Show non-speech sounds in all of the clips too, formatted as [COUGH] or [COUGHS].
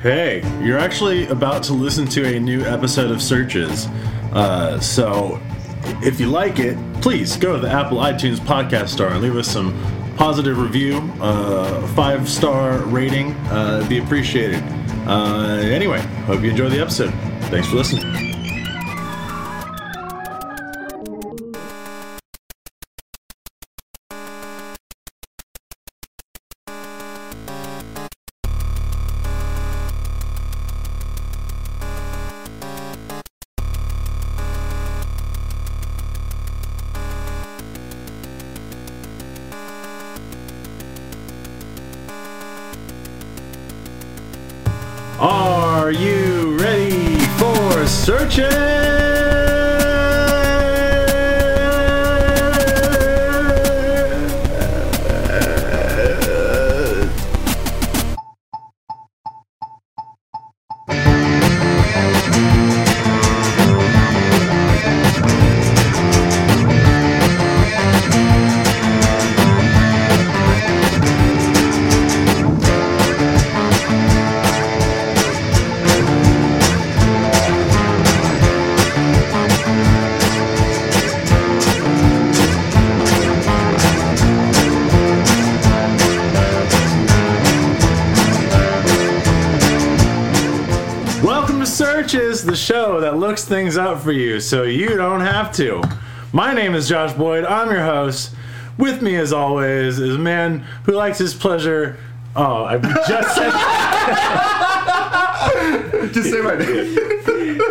Hey, you're actually about to listen to a new episode of Searches. Uh, so, if you like it, please go to the Apple iTunes podcast store and leave us some positive review, uh, five star rating. Uh, it'd be appreciated. Uh, anyway, hope you enjoy the episode. Thanks for listening. Are you ready for Searches? Welcome to Searches, the show that looks things up for you so you don't have to. My name is Josh Boyd. I'm your host. With me, as always, is a man who likes his pleasure. Oh, I just said [LAUGHS] Just say my name.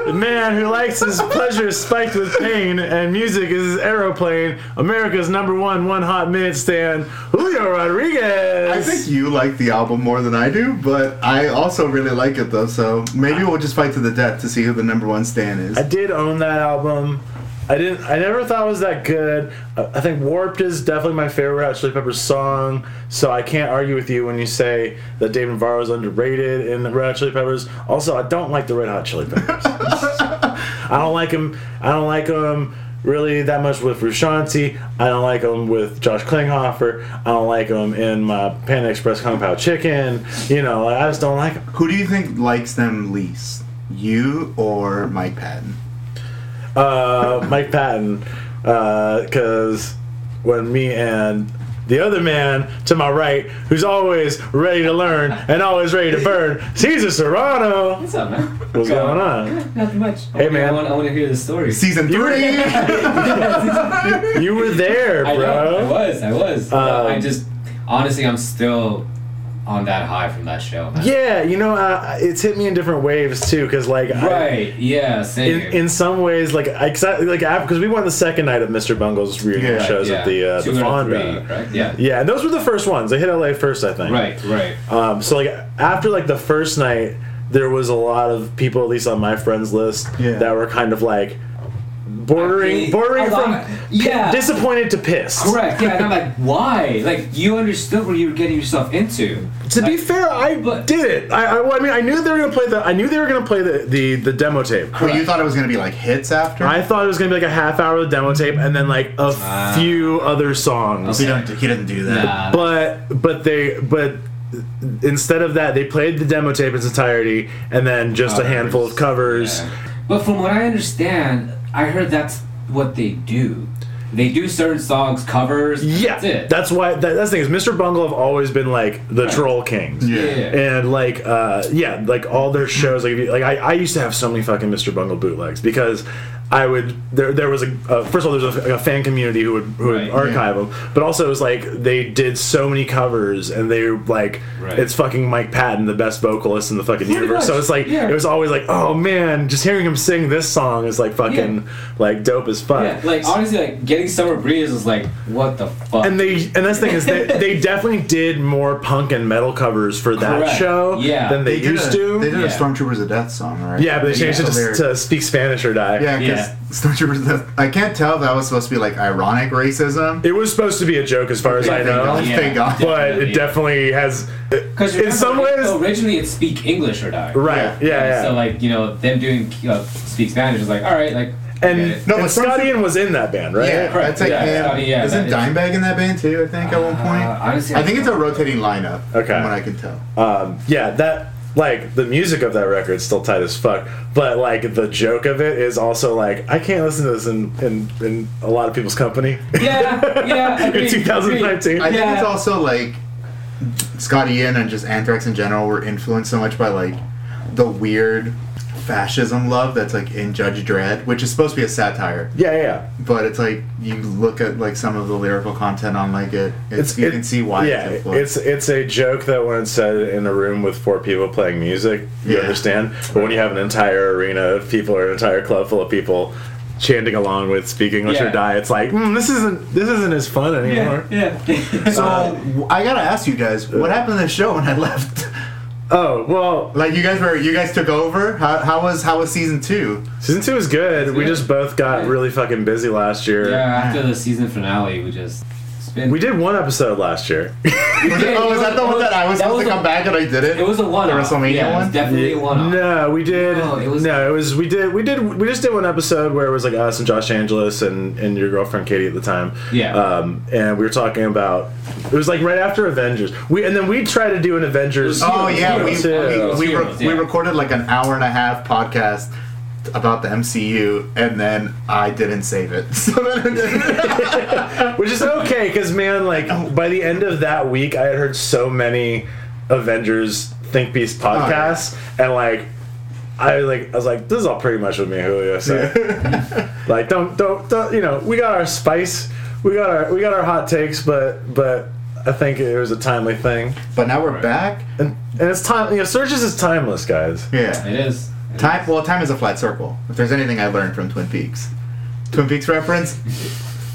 the man who likes his pleasure spiked with pain, and music is his aeroplane. America's number one one hot minute stand, Julio Rodriguez. I think you like the album more than I do, but I also really like it though. So maybe we'll just fight to the death to see who the number one stan is. I did own that album. I didn't. I never thought it was that good. I, I think "Warped" is definitely my favorite Hot Chili Peppers song. So I can't argue with you when you say that Dave Navarro is underrated in the Red Hot Chili Peppers. Also, I don't like the Red Hot Chili Peppers. [LAUGHS] I don't like them. I don't like them really that much with Rushanti. I don't like them with Josh Klinghoffer. I don't like them in my Panda Express Kung Pao Chicken. You know, I just don't like them. Who do you think likes them least? You or Mike Patton? uh, Mike Patton, because when me and the other man to my right, who's always ready to learn and always ready to burn, Caesar Serrano. What's up, man? What's going on? Not much. Hey, man. I want, I want to hear the story. [LAUGHS] Season three. [LAUGHS] You were there, I, know, I bro. was. I was. Um, I just honestly, I'm still on that high from that show. Man. Yeah, you know, uh, it's hit me in different waves too, because like, I- Right. Yeah. Same. in, here. in some ways, like, I, cause I, like, because we went the second night of Mr. Bungle's reunion Yeah, shows yeah. at the uh, Two the out of Fonda. three, right? Yeah. Yeah, and those were the first ones. They hit LA first, I think. Right. Right. Um, so like after like the first night, there was a lot of people, at least on my friends list, Yeah. that were kind of like bordering, Actually, bordering a from lot. Yeah. disappointed to pissed. Correct. Yeah. And I'm like, why? Like, you understood what you were getting yourself into. To be Like, fair, I But- did it. I, I, well, I mean, I knew they were gonna play the. I knew they were gonna play the the, the demo tape. Well, you thought it was gonna be like hits after. I thought it was gonna be like a half hour of the demo tape and then like a Ah. few other songs. he don't. He doesn't do that. Nah. but but they but instead of that, they played the demo tape in its entirety and then just a Covers. handful of covers. Oh, Yeah. But from what I understand, I heard that's what they do. They do certain songs covers. Yeah, That's it. why. That, that's the thing is, Mr. Bungle have always been like the troll kings, Yeah. and like, uh, yeah, like all their shows. Like, if you, like I, I used to have so many fucking Mr. Bungle bootlegs because I would there. There was a uh, first of all, there's a, a fan community who would who would Right, archive them, but also it was like they did so many covers, and they like Right. it's fucking Mike Patton, the best vocalist in the fucking Pretty universe. So much, it's like yeah. it was always like, oh man, just hearing him sing this song is like fucking like dope as fuck. Yeah, like honestly, like getting summer breeze was like, what the fuck? And they and that's the thing is they, they [LAUGHS] definitely did more punk and metal covers for that Correct. show Yeah. than they, did used a, to. They did a Yeah. Stormtroopers of Death song, right? yeah, but they changed Yeah. it to, to "Speak Spanish or Die." Yeah, because Yeah. Stormtroopers of Death. I can't tell if that was supposed to be like ironic racism. It was supposed to be a joke, as far as I Thank know, God. Thank God. but it definitely has. Because In some ways, originally it's speak English or die. right? Yeah, yeah. So like you know them doing uh, speak Spanish is like all right like okay. [LAUGHS] and No, and but Scotty Stormtrooper- was in that band, right? Yeah, correct. that's like Yeah, him. I mean, yeah, Isn't that Dimebag in that band too? I think at one point. Uh, honestly, I think it's a rotating lineup. Okay. From what I can tell. Um, yeah, that like the music of that record's still tight as fuck, but like the joke of it is also like I can't listen to this in in, in a lot of people's company. [LAUGHS] Yeah, yeah. in agreed, 2019. I think Yeah. it's also like Scott Ian and just Anthrax in general were influenced so much by like the weird fascism love that's like in Judge Dredd, which is supposed to be a satire, Yeah, yeah, yeah. but it's like you look at like some of the lyrical content on like it, it's, you it- can see why. Yeah, it's, it's it's influenced. a joke that when it's said in a room with four people playing music, you Yeah. understand. But when you have an entire arena of people or an entire club full of people chanting along with "Speak English or Yeah. Die," it's like mm, this isn't this isn't as fun anymore. Yeah, yeah. [LAUGHS] so I gotta ask you guys, what happened to the show when I [LAUGHS] left? Oh well, like you guys were you guys took over. How, how was how was season two? season two is good. we good. just both got Yeah. really fucking busy last year. yeah, after the season finale, we just. it's been- We did one episode last year. [LAUGHS] Yeah, oh, it is that the it one that I was that supposed to a- come back and I did it? It was a one. WrestleMania yeah, It one? was definitely a one. No, we did. No, No, it it was. was- we did. We did. We just did one episode where it was like us and Josh Angeles and and your girlfriend Katie at the time. Yeah. Um, and we were talking about. It was like right after Avengers. We and then we tried to do an Avengers. Oh Heroes, yeah, we, heroes, we, we, heroes, re- we yeah. recorded like an hour and a half podcast about the MCU, and then I didn't save it. [LAUGHS] So then which is okay because man, like by the end of that week, I had heard so many Avengers think piece podcasts, and like I like I was like, this is all pretty much what me and Julio said. [LAUGHS] like don't, don't don't you know we got our spice, we got our we got our hot takes, but but I think it was a timely thing, but now we're back. and and it's time. You know, Surges is timeless, guys. Yeah, It is. It time. is. Well, time is a flat circle. If there's anything I learned from Twin Peaks, Twin Peaks reference,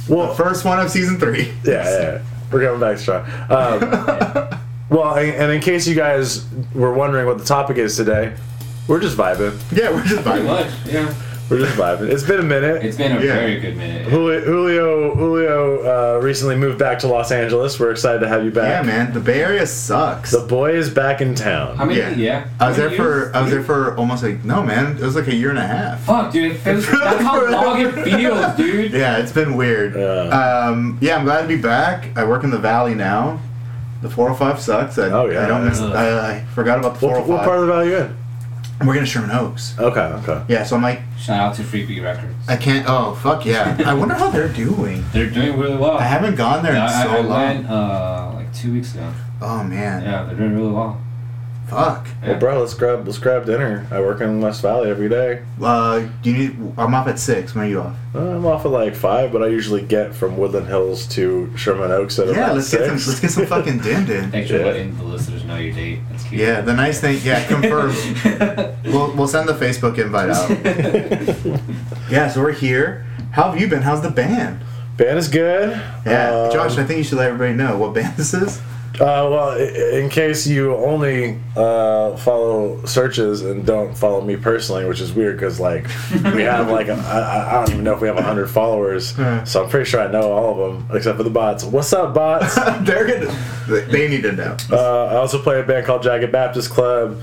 Well, first one of season three. [LAUGHS] yeah, yeah, yeah. we're coming back strong. Um, [LAUGHS] well, and, and in case you guys were wondering what the topic is today, we're just vibing. Yeah, we're just Pretty vibing. much, yeah. We're just vibing. It's been a minute. It's been a Yeah. very good minute. Juli- Julio Julio uh, recently moved back to Los Angeles. We're excited to have you Yeah, back. man, the Bay Area sucks. The boy is back in town. How many? Yeah. I was How there many years? for I was there for almost like no man, it was like a year and a half. Fuck, dude. It [LAUGHS] feels, that's how long it feels, dude. Yeah, it's been weird. Yeah. Um, yeah, I'm glad to be back. I work in the valley now. The 405 sucks. I, Oh, yeah. I don't miss. Ugh. I, I forgot about the What, 405. what part of the valley you in? We're gonna Sherman Oaks. Okay, okay. Yeah, so I'm like, Shout out to Freebie Records. I can't. Oh [LAUGHS] fuck yeah! I wonder how they're doing. They're doing really well. I haven't gone there in Yeah, I, so I long. went uh, like two weeks ago. Oh man, Yeah, they're doing really well. fuck. Well, bro, let's grab let's grab dinner. I work in West Valley every day. Uh, do you need? I'm off at six. When are you off? Uh, I'm off at like five, but I usually get from Woodland Hills to Sherman Oaks at Yeah, around let's six. get some. Let's get [LAUGHS] some fucking din din. Thanks for Yeah. letting the listeners know your date. That's cute. Yeah, the nice thing. Yeah, [LAUGHS] confirmed. we'll we'll send the Facebook [LAUGHS] invite out. [LAUGHS] Yeah, so we're here. How have you been? How's the band? Band is good. Yeah, Um, Josh, I think you should let everybody know what band this is. Uh, well, i- in case you only uh, follow searches and don't follow me personally, which is weird because like we have like I I, I don't even know if we have hundred followers, Yeah. so I'm pretty sure I know all of them except for the bots. What's up, bots? uh, [LAUGHS] They're gonna. They, they need to know. I also play a band called Jagged Baptist Club.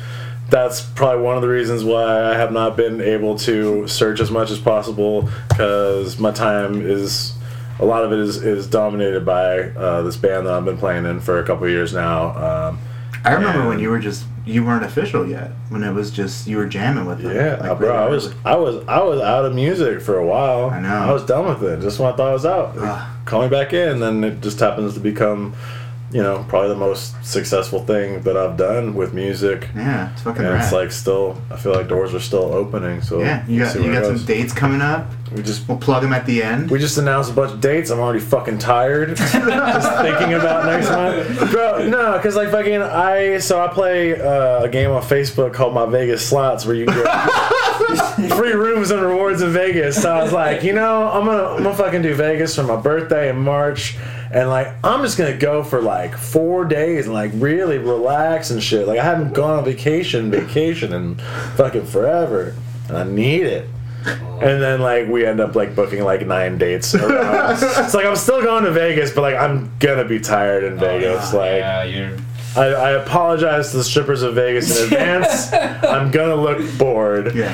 That's probably one of the reasons why I have not been able to search as much as possible because my time is. A lot of it is, is dominated by uh, this band that I've been playing in for a couple of years now. Um, I remember when and- you were just you weren't official yet. When it was just you were jamming with them. Yeah, like, uh, bro, I was, regularly. I was, I was out of music for a while. I know. Ah. I was done with it. Just when I thought I was out, like, Ugh. call me back in. Then it just happens to become, you know, probably the most successful thing that I've done with music. Yeah, it's fucking And rad. it's like still, I feel like doors are still opening. So yeah, you we'll got see you where it got some goes. dates coming up. We just, We'll plug them at the end. we just announced a bunch of dates. I'm already fucking tired. [LAUGHS] just thinking about next month, bro. No, because like fucking, I so I play uh, a game on Facebook called My Vegas Slots where you get. free rooms and rewards in Vegas. So I was like, you know, I'm gonna I'm gonna fucking do Vegas for my birthday in March, and like I'm just gonna go for like four days and like really relax and shit. Like I haven't gone on vacation vacation in fucking forever, and I need it. And then like we end up like booking like nine dates. Around. it's like I'm still going to Vegas, but like I'm gonna be tired in Vegas. like yeah, you're. I, I apologize to the strippers of Vegas in advance. [LAUGHS] I'm gonna look bored. yeah,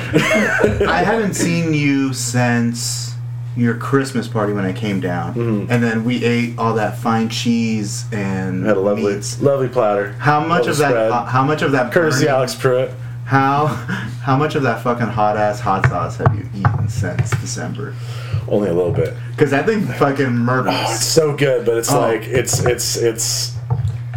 I haven't seen you since your Christmas party when I came down, Mhm. and then we ate all that fine cheese and I had a lovely, meats. lovely platter. How much Lovely of that? uh, spread. how much of that? Courtesy burning- Alex Pruitt. How [LAUGHS] how much of that fucking hot ass hot sauce have you eaten since December? Only a little bit. Because that thing fucking murders. Oh, it's so good, but it's Oh. like it's it's it's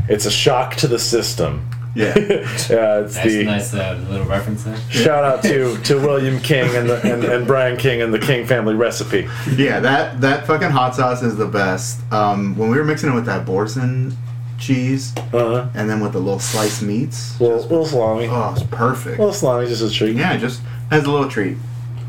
it's a shock to the system. [LAUGHS] Yeah. yeah, it's That's the nice uh, little reference there. shout out [LAUGHS] to to William King and, the, and and Brian King and the King family recipe. Yeah, that that fucking hot sauce is the best. Um, when we were mixing it with that Borson cheese, Uh huh. and then with the little sliced meats, Little, little salami. oh, it's perfect. Little salami just a treat. Yeah, just as a little treat.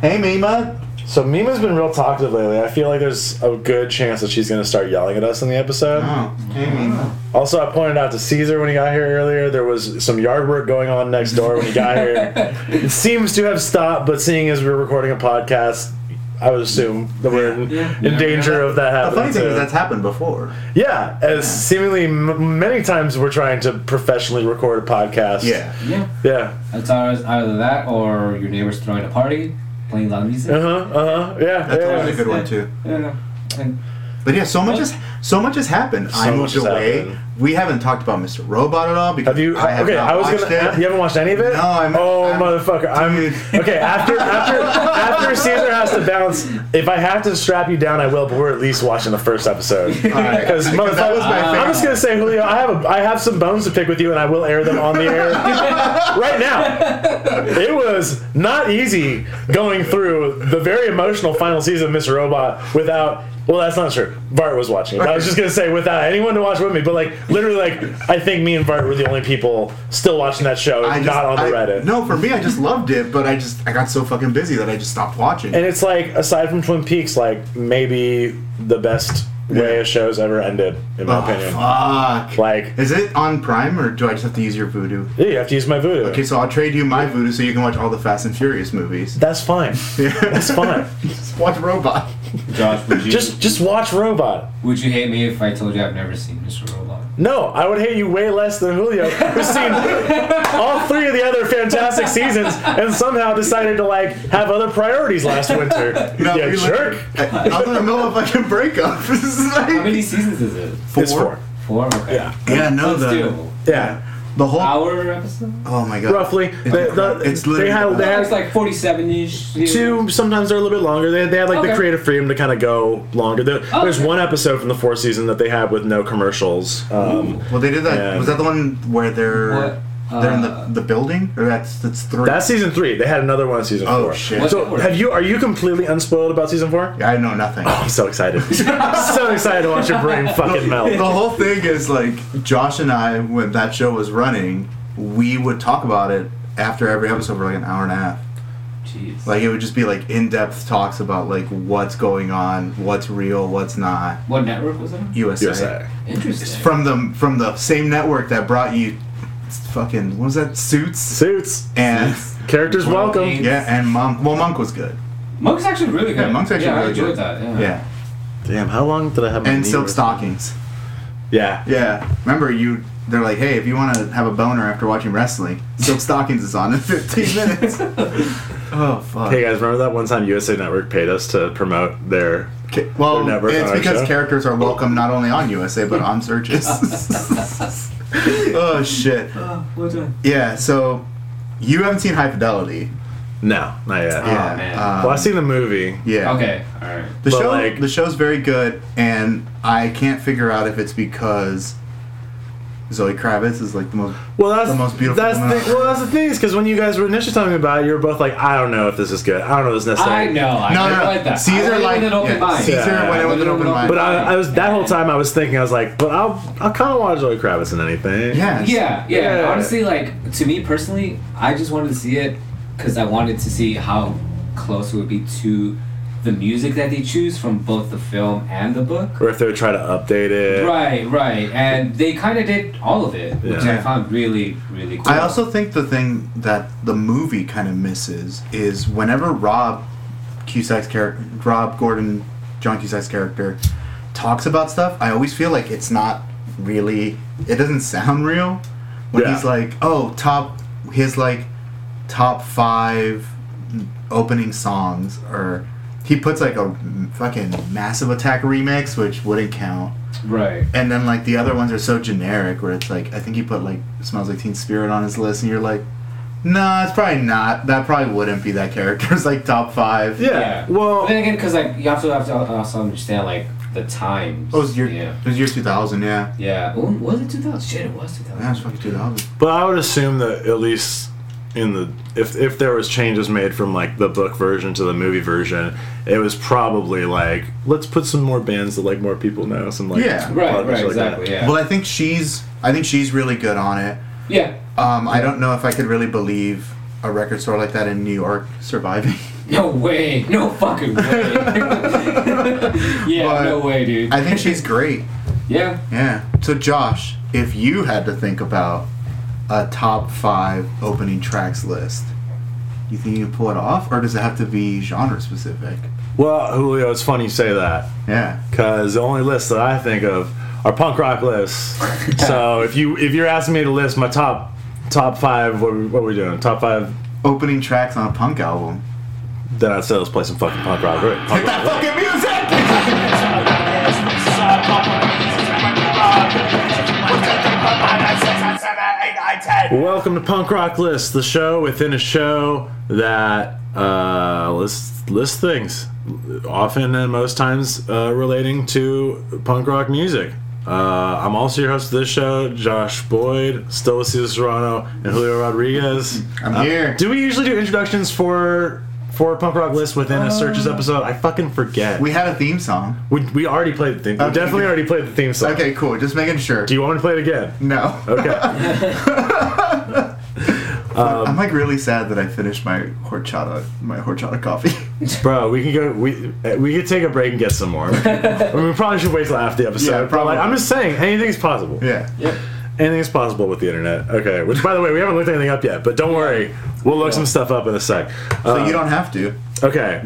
Hey, Mima. So Mima's been real talkative lately. I feel like there's a good chance that she's gonna start yelling at us in the episode. Oh, hey, Mima. Also, I pointed out to Caesar when he got here earlier, there was some yard work going on next door when he got [LAUGHS] here. It seems to have stopped, but seeing as we're recording a podcast, I would assume that we're in, Yeah. in danger of that The happening. funny thing too. is that's happened before. yeah, as seemingly m- many times we're trying to professionally record a podcast. Yeah. Yeah. Yeah. It's ours- either that or your neighbor's throwing a party, playing loud Uh music. huh. Uh huh. Yeah. That's yeah. always a good one Yeah. too. Yeah. And But yeah, so much has so much has happened. So I much moved has away. happened. We haven't talked about Mr. Robot at all because Have you? I have okay, not I was watched gonna. it. You haven't watched any of it? No, I'm- Oh, I'm- motherfucker! I'm Dude. okay. After [LAUGHS] after after Caesar has to bounce. If I have to strap you down, I will. But we're at least watching the first episode. Alright, Because because that was my motherfucker, I'm favorite. just gonna say, Julio, I have a, I have some bones to pick with you, and I will air them on the [LAUGHS] air right now. It was not easy going through the very emotional final season of Mr. Robot without. Well, that's not true. Bart was watching it. I was just gonna say without anyone to watch with me, but like literally, like I think me and Bart were the only people still watching that show, I just- not on the I- Reddit. No, for me, I just loved it, but I just I got so fucking busy that I just stopped watching. And it's like, aside from Twin Peaks, like maybe the best way Yeah. a show's ever ended, in my Oh, opinion. fuck. Like, Is it on Prime or do I just have to use your voodoo? yeah, you have to use my voodoo. Okay, so I'll trade you my voodoo so you can watch all the Fast and Furious movies. That's fine. That's fine. Just watch Robot. Josh, would you Just just watch Robot. would you hate me if I told you I've never seen Mr. Robot? No, I would hate you way less than Julio, who's seen all three of the other fantastic seasons and somehow decided to like have other priorities last [LAUGHS] winter. [LAUGHS] No, yeah, we jerk. literally- I, I was in the middle of a fucking breakup. [LAUGHS] This is like- How many seasons is it? It's four. Four. Okay. Yeah. Yeah, no, Let's the, do Yeah. the whole. hour episode. Oh my god. Roughly, they, the, It's they literally- had they Yeah, had It's like forty-seven ish. two sometimes they're a little bit longer they, they had like the Okay. Oh, creative freedom to kind of go longer there, there's Okay. one episode from the fourth season that they had with no commercials um, Well, they did that. Yeah. Was that the one where they're What? they're in Uh, the, the building? Or that's that's three. that's season three they had another one in season Oh, four. shit. What's so it for? have you are you completely unspoiled about season four I know nothing. i'm so excited so excited to watch your brain [LAUGHS] fucking the melt whole thing is like Josh and I, when that show was running, we would talk about it after every episode for like an hour and a half. Jeez. Like it would just be like in-depth talks about like what's going on, what's real, what's not. what network was it? on? USA. USA. Interesting. From the from the same network that brought you fucking what was that Suits suits and characters Royal welcome King. yeah and Monk. Well, Monk was good. Monk's actually really good. Yeah, Monk's actually yeah, I really enjoyed good. that. Yeah. Yeah, damn how long did i have my and knee Silk re- Stockings. yeah Yeah, remember you? They're like, hey, if you want to have a boner after watching wrestling, Silk Stockings is on in 15 minutes. oh fuck. hey guys remember that one time usa network paid us to promote their K- well, They're never on it's our because show. characters are welcome not only on USA but on searches. [LAUGHS] oh shit. Oh, well done. Yeah. So you haven't seen High Fidelity. no not yet Yeah. man. um, well i seen the movie yeah. Okay. All right. The But, show, like- the show's very good, and I can't figure out if it's because Zoe Kravitz is like the most. Well, that's The most beautiful That's woman. the, well, that's the thing is because when you guys were initially telling me about it, you were both like, "I don't know if this is good. I don't know if this is I necessary." know. I no, no, no. enjoyed that. Caesar I went like in an open yeah, mind. Caesar Yeah. went in with an open mind. But I, I was that whole time I was thinking I was like, "But I'll I'll kind of watch Zoe Kravitz in anything." yeah, Yeah, yeah. Yeah. Honestly, like to me personally, I just wanted to see it because I wanted to see how close it would be to the music that they choose from both the film and the book. Or if they would try to update it. Right, right, and they kind of did all of it, which Yeah. I found really, really cool. I also think the thing that the movie kind of misses is whenever Rob Cusack's character, Rob Gordon, John Cusack's character, talks about stuff, I always feel like it's not really. It doesn't sound real when Yeah. he's like, "Oh, top his like top five opening songs," or he puts like a fucking massive attack remix, which wouldn't count. Right. And then like the other ones are so generic, where it's like I think he put like smells like Teen Spirit on his list, and you're like, nah, it's probably not. That probably wouldn't be that character's [LAUGHS] like top five. Yeah. Well, But then again, because like you have to have to also understand like the times. It was year. Yeah. It was year two thousand. Yeah. Yeah. Ooh, was it two thousand? Shit, it was two Yeah, thousand. it's fucking two thousand. but I would assume that at least in the if if there was changes made from like the book version to the movie version, it was probably like let's put some more bands that like more people know. Some like Yeah. some Right. pop Right. shit like that. Exactly. Yeah. Well, I think she's. I think she's really good on it. yeah. Um, I don't know if I could really believe a record store like that in New York surviving. [LAUGHS] No way. No fucking way. yeah. But- no way, dude. I think she's great. yeah. Yeah. So Josh, if you had to think about a top five opening tracks list, you think you can pull it off, or does it have to be genre specific? Well, Julio, it's funny you say that Yeah. because the only lists that I think of are punk rock [LAUGHS] lists. so if you if you're asking me to list my top top five, what, what are we doing? Top five. Opening tracks on a punk album. Then I'd say let's play some fucking punk rock. Right? Punk rock. fucking music! Welcome to Punk Rock List, the show within a show that uh, lists lists things, often and most times uh, relating to punk rock music. Uh, I'm also your host of this show, Josh Boyd, still with Cesar Serrano and Julio Rodriguez. I'm Uh, here. Do we usually do introductions for for punk rock list within Uh, a searches episode? I fucking forget. We We had a theme song. we, we already played the theme. We Okay. definitely already played the theme song. Okay, cool. Just making sure. Do you want me to play it again? no. [LAUGHS] Okay. um, I'm like really sad that I finished my horchata, my horchata coffee. [LAUGHS] Bro, we can go. We uh, we could take a break and get some [LAUGHS] more. I mean, we probably should wait till after the episode. Yeah, but, like, probably. I'm just saying, anything's possible. yeah. Yep. Anything's possible with the internet. Okay. Which, by the way, we haven't looked anything up yet. But don't worry, we'll look some stuff up in a sec. So Uh, you don't have to. [LAUGHS] Okay.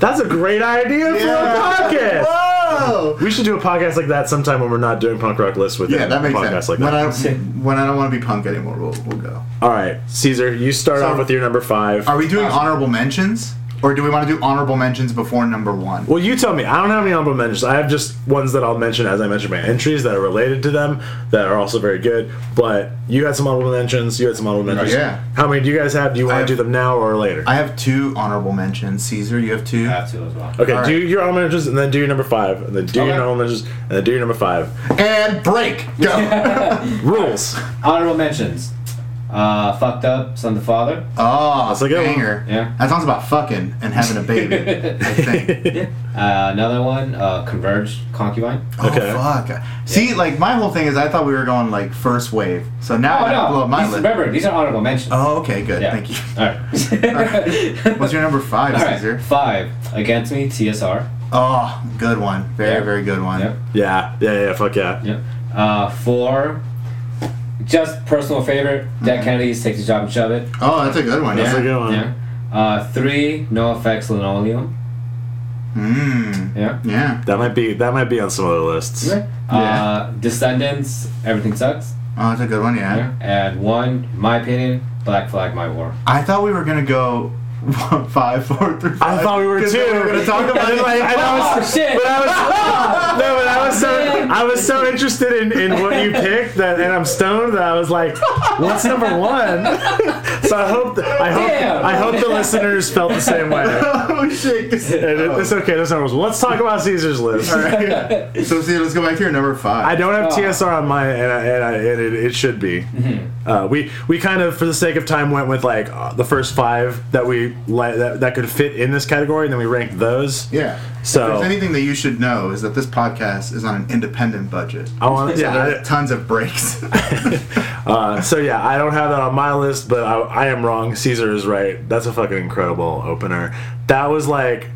That's a great idea for a podcast. Whoa! We should do a podcast like that sometime when we're not doing punk rock lists with Yeah, that makes podcast sense. like when that. I when I don't want to be punk anymore, we'll, we'll go. All right, Caesar, you start So- off with your number five. Are we doing honorable mentions, or do we want to do honorable mentions before number one? Well, you tell me. I don't have any honorable mentions. I have just ones that I'll mention as I mention my entries that are related to them that are also very good. But you had some honorable mentions. You had some honorable mentions. Oh, Yeah. How many do you guys have? Do you want have- to do them now or later? I have two honorable mentions. Caesar, you have two. I have to as well. okay. all Do your honorable mentions and then do your number five and then do your Okay. honorable mentions and then do your number five. And break. Go. Rules. Honorable mentions. Uh, fucked up. Son of the father. [LAUGHS] oh, a good one. banger. Yeah. That song's about fucking and having a baby. I [LAUGHS] think. Uh, another one. Uh, converged. Concubine. Oh Okay. fuck. See, like my whole thing is, I thought we were going like first wave. So Oh, now I have to blow up my These- list. Remember, these are honorable mentions. Oh, okay, good. Yeah. Thank you. [LAUGHS] All right. What's your number five, All right. Caesar? Five against me. TSR. Oh, good one. Very, Yeah. very good one. Yep. Yeah. Yeah. Yeah. Fuck yeah. Yep. Uh, four. Just personal favorite. Mm-hmm. Dead Kennedys take the job and shove it. Oh, that's a good one. That's yeah. a good one. Yeah. Uh, three. No effects linoleum. Mm, Yeah. yeah. That might be that might be on some other lists. Uh, Descendants. Everything sucks. Oh, that's a good one. Yeah. Yeah. And one, in my opinion, Black Flag, My War. I thought we were gonna go [LAUGHS] five, four, three. I five, thought we were 'cause two. then We were gonna [LAUGHS] talk [LAUGHS] about And, it. like, and I was- Oh, shit. But I [LAUGHS] was no, but I was so I was so interested in, in what you picked that, and I'm stoned that I was like, "What's number one?" [LAUGHS] So I hope th- I hope Damn. I hope the listeners felt the same way. oh [LAUGHS] And shit! it- it's okay. There's no rules. Let's talk about Caesar's list. [LAUGHS] All right. So see, let's go back here. Number five. I don't Oh. have TSR on mine, and, I, and, I, and it, it should be. Mm-hmm. Uh, we we kind of, for the sake of time, went with like uh, the first five that we li- that, that could fit in this category, and then we ranked those. yeah. So- if there's anything that you should know is that this podcast is on an independent budget. I want So yeah. I- there's tons of breaks. [LAUGHS] Uh, so yeah, I don't have that on my list, but I, I am wrong. Caesar is right. That's a fucking incredible opener. That was like,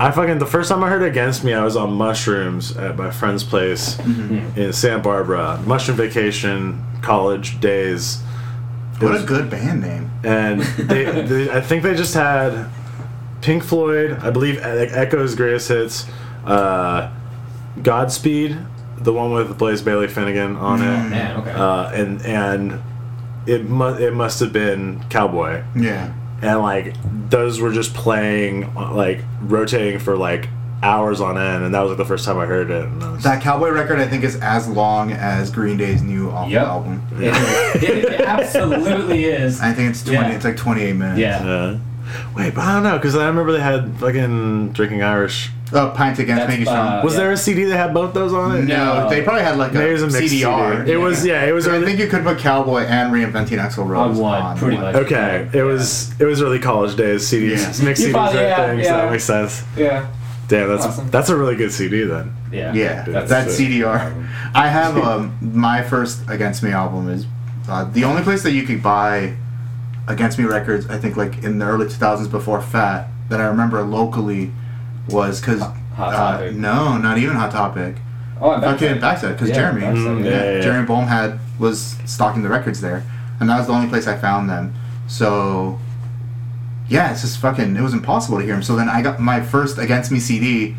I fucking the first time I heard "Against Me," I was on mushrooms at my friend's place in Santa Barbara, mushroom vacation, college days, what a good band name. and they, they I think they just had Pink Floyd, I believe E- Echo's greatest hits, uh, Godspeed, the one with Blaze Bailey Finnegan on it Mm-hmm. Man, okay. uh, and and it must it must have been Cowboy, Yeah. and and like those were just playing uh, like rotating for like hours on end, and that was like the first time I heard it. And I was- That Cowboy record, I think, is as long as Green Day's new off- Yep. album. It, [LAUGHS] it, it [LAUGHS] absolutely is. I think it's twenty. Yeah. It's like twenty-eight minutes. Yeah. Yeah. "Uh, Wait, but I don't know because I remember they had fucking Drinking Irish. Oh, Pint Against That's, Maggie Strong. uh, Was yeah. there a CD that had both those on it? Oh, no, no. they probably had like a, Maybe it was a mixed CDR. CD. It was yeah. It was. So I early- think you could put Cowboy and Reinventing Axl Rose On one, pretty much. okay, it was it was early college days. CDs, Yeah. mixed You CDs, probably- right yeah, things. yeah. that makes sense. Yeah. Damn, that's Awesome. that's a really good CD then. Yeah. Yeah, That's that sick. CDR. I have um, my first Against Me album is uh, the only place that you could buy Against Me records. I think like in the early 2000s before Fat that I remember locally was because Hot uh, Topic. no, not even Hot Topic. Oh, and back Okay, then- Backside because Yeah, Jeremy, Backside, yeah, yeah, yeah. Jeremy Bohm had was stocking the records there, and that was the only place I found them. So, yeah, it's just fucking. It was impossible to hear him. So then I got my first Against Me CD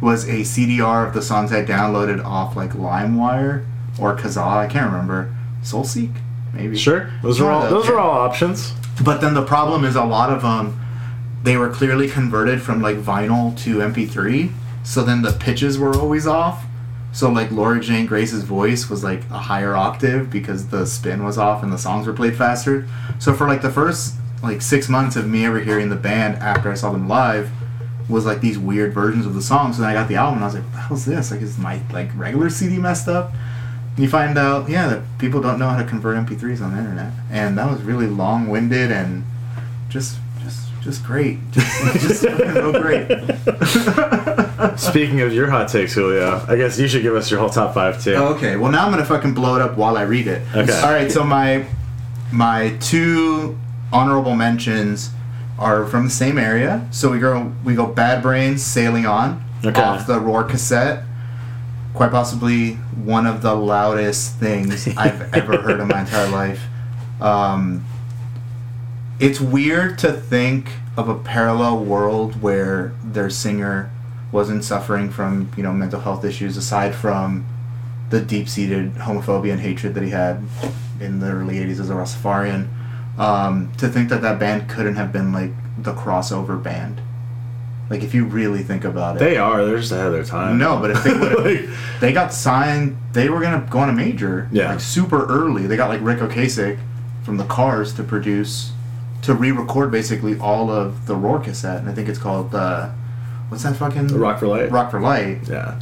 was a CDR of the songs I downloaded off like LimeWire or Kazaa. I can't remember. Soulseek, maybe. Sure, those were Yeah, all those okay. were all options. But then the problem is a lot of them, they were clearly converted from like vinyl to MP3. So then the pitches were always off. So like Laura Jane Grace's voice was like a higher octave because the spin was off and the songs were played faster. So for like the first like six months of me ever hearing the band after I saw them live was like these weird versions of the songs. So then I got the album and I was like, what the hell's this? Like is my like regular CD messed up? And you find out, yeah, that people don't know how to convert MP3s on the internet, and that was really long-winded and just, just, just great, [LAUGHS] just, just fucking real great. Speaking of your hot takes, Julio, I guess you should give us your whole top five too. Okay, well now I'm gonna fucking blow it up while I read it. Okay. All right, so my my two honorable mentions are from the same area. So we go we go Bad Brains Sailing On Okay. off the Roar cassette. Quite possibly one of the loudest things [LAUGHS] I've ever heard in my entire life. Um, it's weird to think of a parallel world where their singer wasn't suffering from you know mental health issues aside from the deep-seated homophobia and hatred that he had in the early 80s as a Rastafarian um, to think that that band couldn't have been like the crossover band like if you really think about it They are. They're just ahead of their time. No, but if [LAUGHS] they would've- Like, they got signed they were gonna go on a major Yeah. like super early they got like Rick Ocasek from the Cars to produce to re-record basically all of the Roar cassette and I think it's called uh, what's that fucking Rock for Life. Rock for Light Yeah.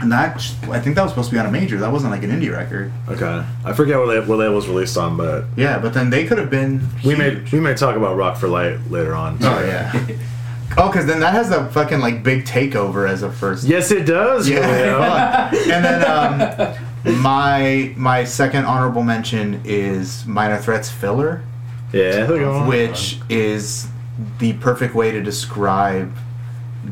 and that I think that was supposed to be on a major that wasn't like an indie record Okay. I forget what label, what label was released on, but yeah but then they could have been we huge. may we may talk about Rock for Light later on. oh [LAUGHS] yeah oh cause then that has the fucking like big takeover as a first Yes, it [LAUGHS] does. Julio. [LAUGHS] Yeah. and then um, my my second honorable mention is Minor Threats filler, yeah. look at him. which is the perfect way to describe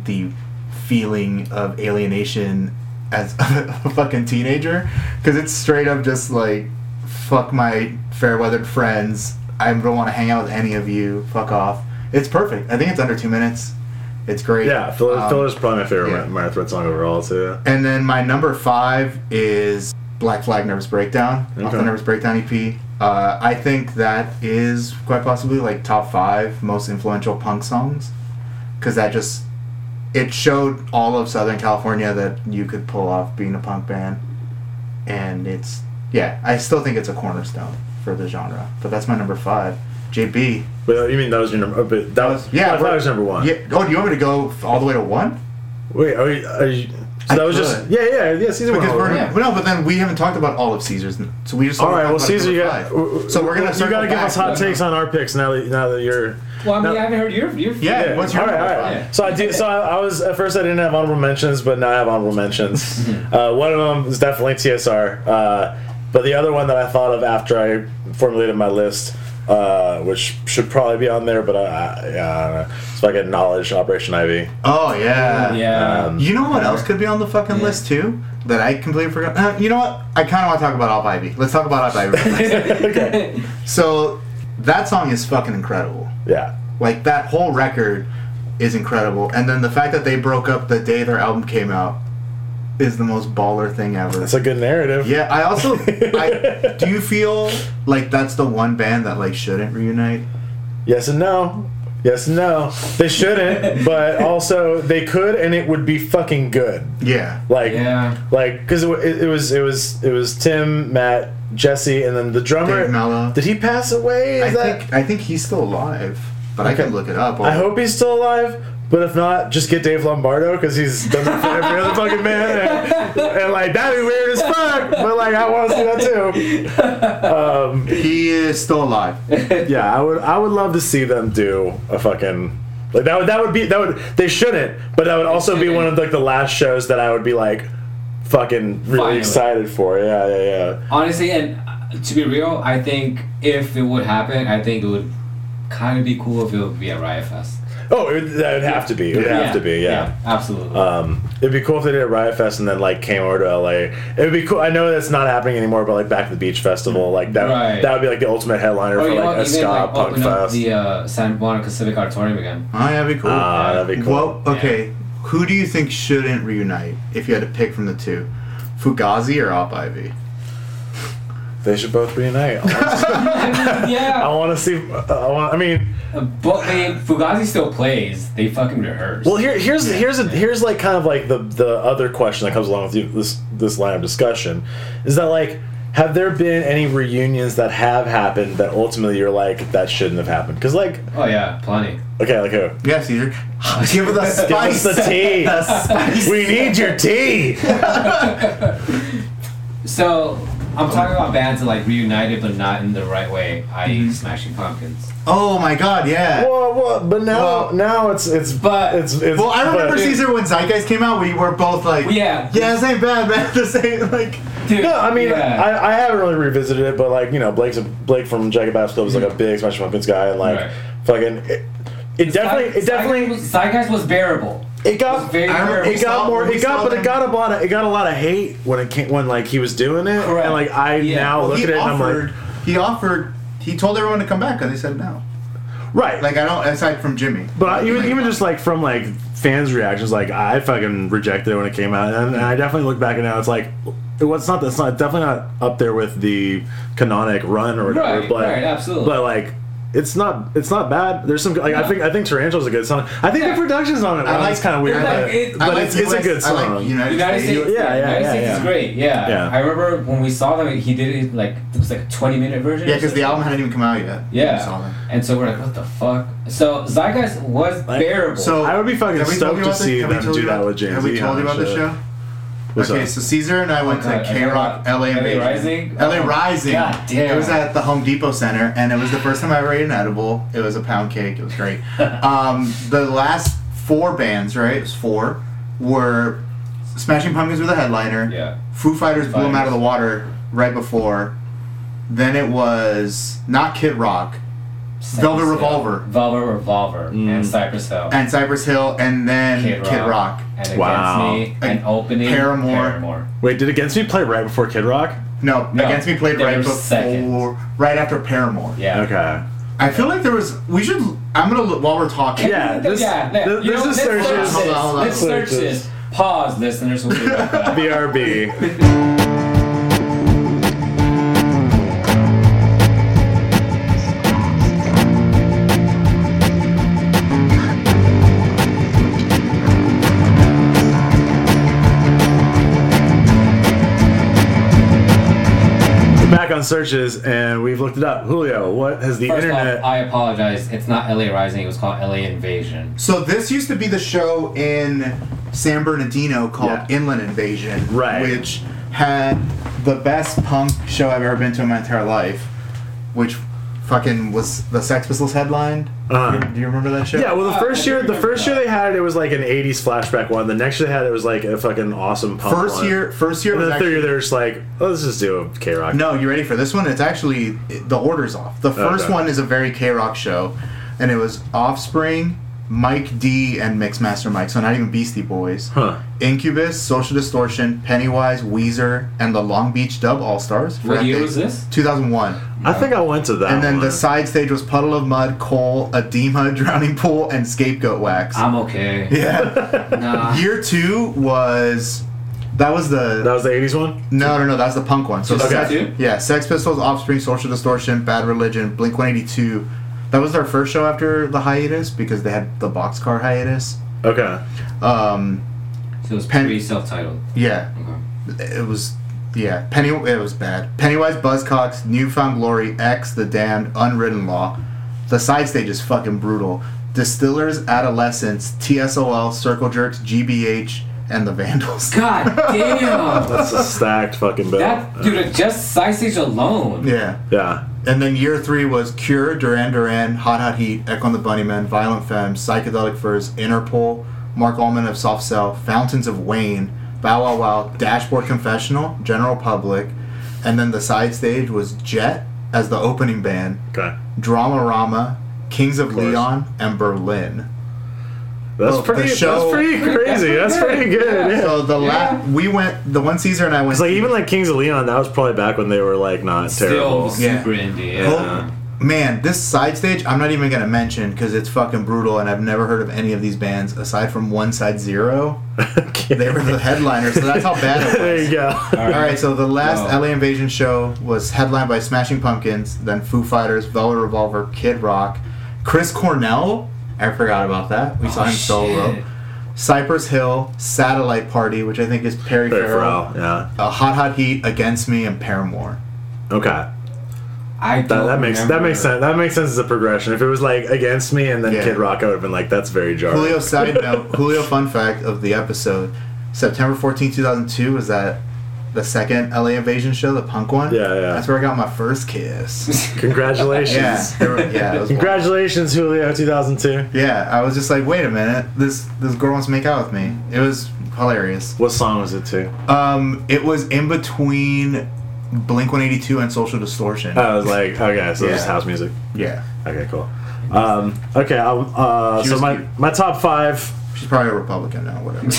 the feeling of alienation as [LAUGHS] a fucking teenager, because it's straight up just like fuck my fair weathered friends. I don't want to hang out with any of you. Fuck off. It's perfect. I think it's under two minutes. It's great. Yeah. Filler, Um, Filler's probably my favorite yeah. yeah. Threat song overall too. and then my number five is Black Flag Nervous Breakdown, off the Okay. Nervous Breakdown EP. Uh, I think that is quite possibly like top five most influential punk songs, because that just it showed all of Southern California that you could pull off being a punk band, and it's yeah, I still think it's a cornerstone for the genre. But that's my number five. JB, But uh, you mean that was your number? But that was yeah, Black we're- Flag was number one. yeah. Oh, do you want me to go all the way to one? Wait, are you? Are you so I that was could. just yeah, yeah, yeah. Season Because one. we're yeah. well, no, but then we haven't talked about all of Caesar's, so we just All right, talked well, about Caesar, you number got, five. so we're gonna you got to circle give us back. hot takes on our picks now that now that you're. Well, I mean, No. I haven't heard your your. Yeah, what's your all right, number all right. five? So I do. So I, I was at first I didn't have honorable mentions, but now I have honorable [LAUGHS] mentions. uh, one of them is definitely TSR, uh, but the other one that I thought of after I formulated my list, uh, which should probably be on there, but I, I, yeah, I don't know. So I get knowledge Operation Ivy. Oh yeah. Yeah. You know what else could be on the fucking Yeah. list too? That I completely forgot. Uh, you know what? I kind of want to talk about Op Ivy. Let's talk about Op Ivy. real [LAUGHS] quick. Okay. so that song is fucking incredible. yeah. Like that whole record is incredible, and then the fact that they broke up the day their album came out is the most baller thing ever. It's a good narrative. Yeah, I also. I, do you feel like that's the one band that like shouldn't reunite? Yes and no. Yes, and no, they shouldn't. but [LAUGHS] also, they could, and it would be fucking good. Yeah. Like, Yeah. like because it, wa- it, it was it was it was Tim, Matt, Jesse, and then the drummer. Dave Mello. Did he pass away? Is I that? think I think he's still alive, but I can look it up. I hope he's still alive. But if not, just get Dave Lombardo because he's done it for every other fucking man, and, and like that'd be weird as fuck. But like, I want to see that too. Um, he is [LAUGHS] still alive. yeah, I would. I would love to see them do a fucking like that. Would that would be that would they shouldn't, but that would also be one of like the last shows that I would be like fucking really Finally. excited for. Yeah, yeah, yeah. Honestly, and uh, to be real, I think if it would happen, I think it would kind of be cool if it would be at Riot Fest. Oh, it, would- that would have to be. It would have to be. yeah. absolutely. Um, it'd be cool if they did a Riot Fest and then like came over to LA. It'd be cool. I know that's not happening anymore, but like Back to the Beach Festival, like that Right. that would be like the ultimate headliner or for Oh, you like know, a even ska like punk open up fest. the uh, Santa Monica Civic Auditorium again. [LAUGHS] [LAUGHS] Oh, yeah, that'd be cool. Ah, that'd be cool. Well, okay. Who do you think shouldn't reunite if you had to pick from the two, Fugazi or Op Ivy? They should both reunite. I [LAUGHS] yeah, want to see. I want. I mean. but they, Fugazi still plays. They fucking rehearse. Well, here, here's here's a, here's like kind of like the the other question that comes along with you, this this line of discussion is that like have there been any reunions that have happened that ultimately you're like that shouldn't have happened because like oh yeah, plenty. okay like who Yeah, Caesar. Give it give the us spice. the tea [LAUGHS] The [LAUGHS] spice. we need your tea So I'm talking about bands that like reunited, but not in the right way. Mm-hmm. I.e., Smashing Pumpkins. oh my God! Yeah. well, well but now Well- now it's it's But- it's, it's Well, I remember but- Caesar when Zeitgeist came out. We were both like, Yeah. yeah, this ain't bad, man. [LAUGHS] This ain't like. Dude, No, I mean, yeah. I, I haven't really revisited it, but like you know, Blake's a, Blake from Jacob Bass Club is Mm. like a big Smash Pumpkins guy, and like Right. fucking, it, it definitely, it definitely, Zeitgeist was bearable. It got was very I remember- it bearable. We saw- got more we it got saw but it them- got a lot of it got a lot of hate when it came when like he was doing it Correct. and like I Yeah. now Well, look he at it offered. and I'm he offered. He told everyone to come back, and they said no. like right Like I don't. Aside from Jimmy. but I, even Like, even just like from like fans reactions like I fucking rejected it when it came out and, and I definitely look back and now it's like it was not that's not definitely not up there with the canonic run or whatever Right, but right, absolutely. but like it's not it's not bad there's some like I No. think I think Tarantula's a good song I think Yeah. the production's on it I wow, like- it's kind of weird I but, like it- I but like it's, it's a US good song I like United, United States, Yeah, yeah, United yeah, States yeah. is great. Yeah. Yeah. I remember when we saw them, he did it like it was like a twenty minute version. Yeah, or because the something. album hadn't even come out yet. Yeah. I saw that. And so we're like, what the fuck? So Zeitgeist was Like- bearable. So I would be fucking Have we stoked told you to about see this? Have we them told do you that about- with Jay-Z Have we told on you about the shit. show? What's okay, up? so Caesar and I went God, to K Rock LA LA Invasion. Rising? LA Oh, Rising. God damn. It was at the Home Depot Center, and it was the first time I ever ate an edible. It was a pound cake. It was [LAUGHS] great. um, the last four bands, right? It was four, were Smashing Pumpkins with a headliner. yeah. Foo Fighters blew them Fighters. out of the water right before. Then it was not Kid Rock Velvet Cypress Hill. Revolver. Mm. Velvet Revolver and Cypress Hill. and Cypress Hill, and then Kid Rock. And Against Wow. Me. And And Opening. Paramore. Paramore. Wait, did Against Me play right before Kid Rock? No, No, Against Me played they right were before, second. right after Paramore. Yeah. Okay. I feel like there was. We should. I'm gonna look while we're talking. Yeah. this- yeah. this- you this know, is let's search search this. this. Hold on, hold on. Let's search Search this. Pause, listeners. We'll be right [LAUGHS] back. BRB. Back on searches, and we've looked it up. Julio, what has the First internet? off, I apologize. It's not LA Rising. It was called LA Invasion. So this used to be the show in San Bernardino called Yeah. Inland Invasion, Right. Which had the best punk show I've ever been to in my entire life, which fucking was the Sex Pistols headlined. Uh-huh. Do you remember that show? yeah, well, the I first year, the remember first that. year they had it, it was like an '80s flashback one. The next year they had it was like a fucking awesome punk. First one. year, first year and was then the third actually year they're just like, oh, let's just do a K Rock. No, you ready for this one? It's actually the order's off. The first Okay. one is a very K Rock show, and it was Offspring, Mike D, and Mixmaster Mike. So not even Beastie Boys. Huh. Incubus, Social Distortion, Pennywise, Weezer, and the Long Beach Dub All Stars. What year was this? 2001. I think I went to that. and then one. the side stage was Puddle of Mud, Coal, Edema, [LAUGHS] Drowning Pool, and Scapegoat Wax. I'm okay. yeah. [LAUGHS] [LAUGHS] Nah. Year two was. That was the. that was the '80s one. No, no, no. That's the punk one. So Okay. Sex- Two? yeah, Sex Pistols, Offspring, Social Distortion, Bad Religion, Blink One Eighty Two, That was their first show after the hiatus because they had the boxcar hiatus. Okay. Um, So it's Pen- pretty self-titled. yeah, Okay. it was. Yeah, Penny. It was bad. Pennywise, Buzzcocks, Newfound Glory, X, The Damned, Unwritten Law. The side stage is fucking brutal. Distillers, Adolescence, TSOL, Circle Jerks, GBH, and the Vandals. [LAUGHS] God [LAUGHS] damn! That's a stacked fucking bill. that dude, just side stage alone. Yeah. yeah. And then year three was Cure, Duran Duran, Hot Hot Heat, Echo and the Bunnymen, Violent Femmes, Psychedelic Furs, Interpol, Mark Allman of Soft Cell, Fountains of Wayne, Bow Wow Wow, Dashboard Confessional, General Public, and then the side stage was Jet as the opening band, Okay. Dramarama, Kings of, course. Leon, and Berlin. That's Well, the pretty. show- that's pretty crazy. That's pretty good. Yeah. So the last we went the one Caesar and I went. It's like even like Kings of Leon. That was probably back when they were like not Still terrible. Yeah. super indie. Yeah. Oh, man, this side stage I'm not even gonna mention because it's fucking brutal, and I've never heard of any of these bands aside from One Side Zero. [LAUGHS] They were the headliners, so that's how bad there it you was. go. All right, so the last Wow. LA Invasion show was headlined by Smashing Pumpkins, then Foo Fighters, Velvet Revolver, Kid Rock, Chris Cornell. I forgot about that. We saw Oh, him solo. shit. Cypress Hill, Satellite Party, which I think is Perry, Very Farrell, Farrell, Yeah. uh, Hot Hot Heat, Against Me, and Paramore. Okay. I don't That, that makes that remember. makes sense. That makes sense as a progression. If it was like against me and then Yeah. Kid Rock, I would have been like, that's very jarring. Julio side note, Julio fun fact of the episode. September 14, 2002 was that the second LA Invasion show, the punk one. Yeah, yeah. That's where I got my first kiss. Congratulations. yeah, there were- yeah, it was wild. Congratulations, Julio 2002. yeah. I was just like, wait a minute, this this girl wants to make out with me. It was hilarious. What song was it to? Um, it was in between Blink 182 and Social Distortion. I was like, okay, so Yeah. just house music. yeah, Okay, cool. Um, okay, I'll, uh, She so was my, cute. my top five. she's probably a Republican now. [LAUGHS] Whatever.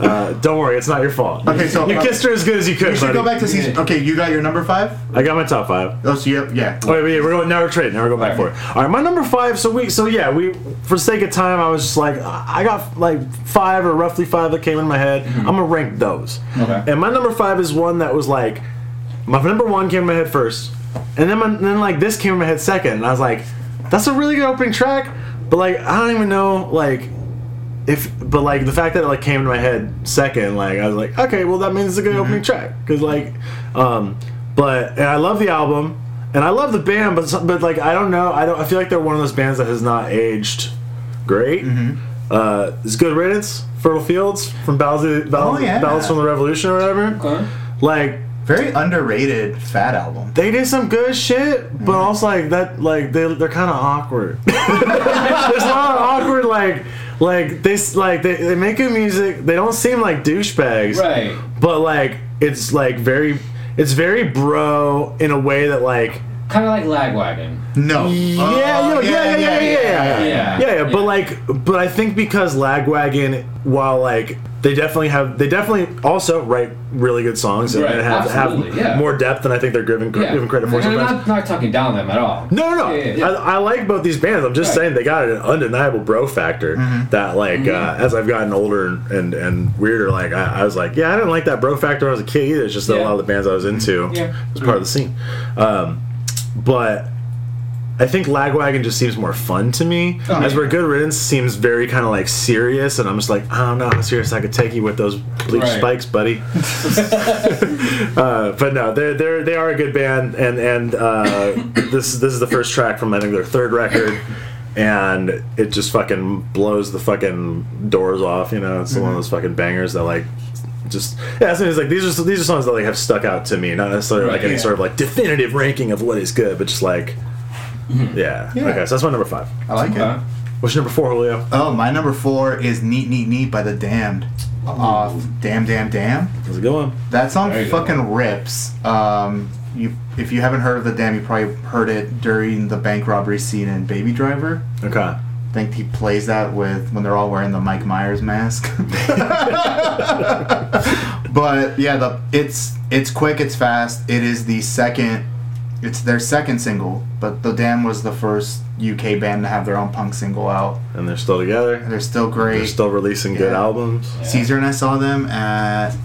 Uh, don't worry, it's not your fault. Okay, so- you kissed her as good as you could. we should go buddy. back to season. Okay, you got your number five. I got my top five. Oh, so you have, yeah. Wait, wait, we're going now. We're trading. Now we're going back for it. All right, my number five. So we, so yeah, we for sake of time, I was just like, I got like five or roughly five that came in my head. I'm gonna rank those. Okay. And my number five is one that was like, my number one came in my head first, and then my, and then like this came in my head second, and I was like, that's a really good opening track, but like I don't even know like if but like the fact that it like came to my head second like i was like okay well that means it's a good Mm-hmm. opening track because like um but and i love the album and i love the band but some- but like i don't know i don't i feel like they're one of those bands that has not aged great Mm-hmm. uh it's good riddance fertile fields from ballads, ballads, Oh, yeah. Uh, ballads from the revolution or whatever Okay. like Very underrated fat album. they did some good shit, Mm-hmm. but also like that, like they they're kind of awkward. [LAUGHS] There's a lot of awkward like like they s- like they they make good music. They don't seem like douchebags, Right. But like it's like very it's very bro in a way that like Kind of like Lagwagon. No. yeah, yo, Oh, yeah, yeah, yeah, yeah, yeah, yeah, yeah. yeah, But like, but I think because Lagwagon, while like they definitely have, they definitely also write really good songs and, Right, and have have absolutely, yeah. more depth than I think they're given Yeah. given credit for And I'm sometimes. not, not talking down them at all. No, no, no. Yeah, yeah, yeah. I, I like both these bands. I'm just Right. saying they got an undeniable bro factor Mm-hmm. that, like, uh, as I've gotten older and and, and weirder, like I, I was like, yeah, I didn't like that bro factor when I was a kid either. It's just that a Yeah. Mm-hmm. lot of the bands I was into Yeah. was part of the scene. Um, but I think Lagwagon just seems more fun to me. Oh, as yeah. where Good Riddance seems very kind of like serious, and I'm just like, I don't know how serious I could take you with those bleach Right. spikes, buddy. Uh, but no, they're they're they are a good band, and and uh, [COUGHS] this this is the first track from I think their third record, and it just fucking blows the fucking doors off. You know, it's one of those fucking bangers that like just yeah. So it's like these are these are songs that like have stuck out to me, not necessarily like Right, any yeah. sort of like definitive ranking of what is good, but just like Mm-hmm. yeah. Yeah. Okay, so that's my number five. I like it. Okay. What's your number four, Julio? Oh, my number four is "Neat, Neat, Neat" by the Damned. Off "Damn, Damn, Damn." How's it going? That song There you go. fucking rips. Um, you, if you haven't heard of the Damned, you probably heard it during the bank robbery scene in Baby Driver. Okay. I think he plays that with when they're all wearing the Mike Myers mask. [LAUGHS] but yeah, the it's it's quick, it's fast. It is the second. It's their second single, but The Damned was the first UK band to have their own punk single out. And they're still together. They're still great. They're still releasing good Yeah. [LAUGHS] albums. Caesar and I saw them at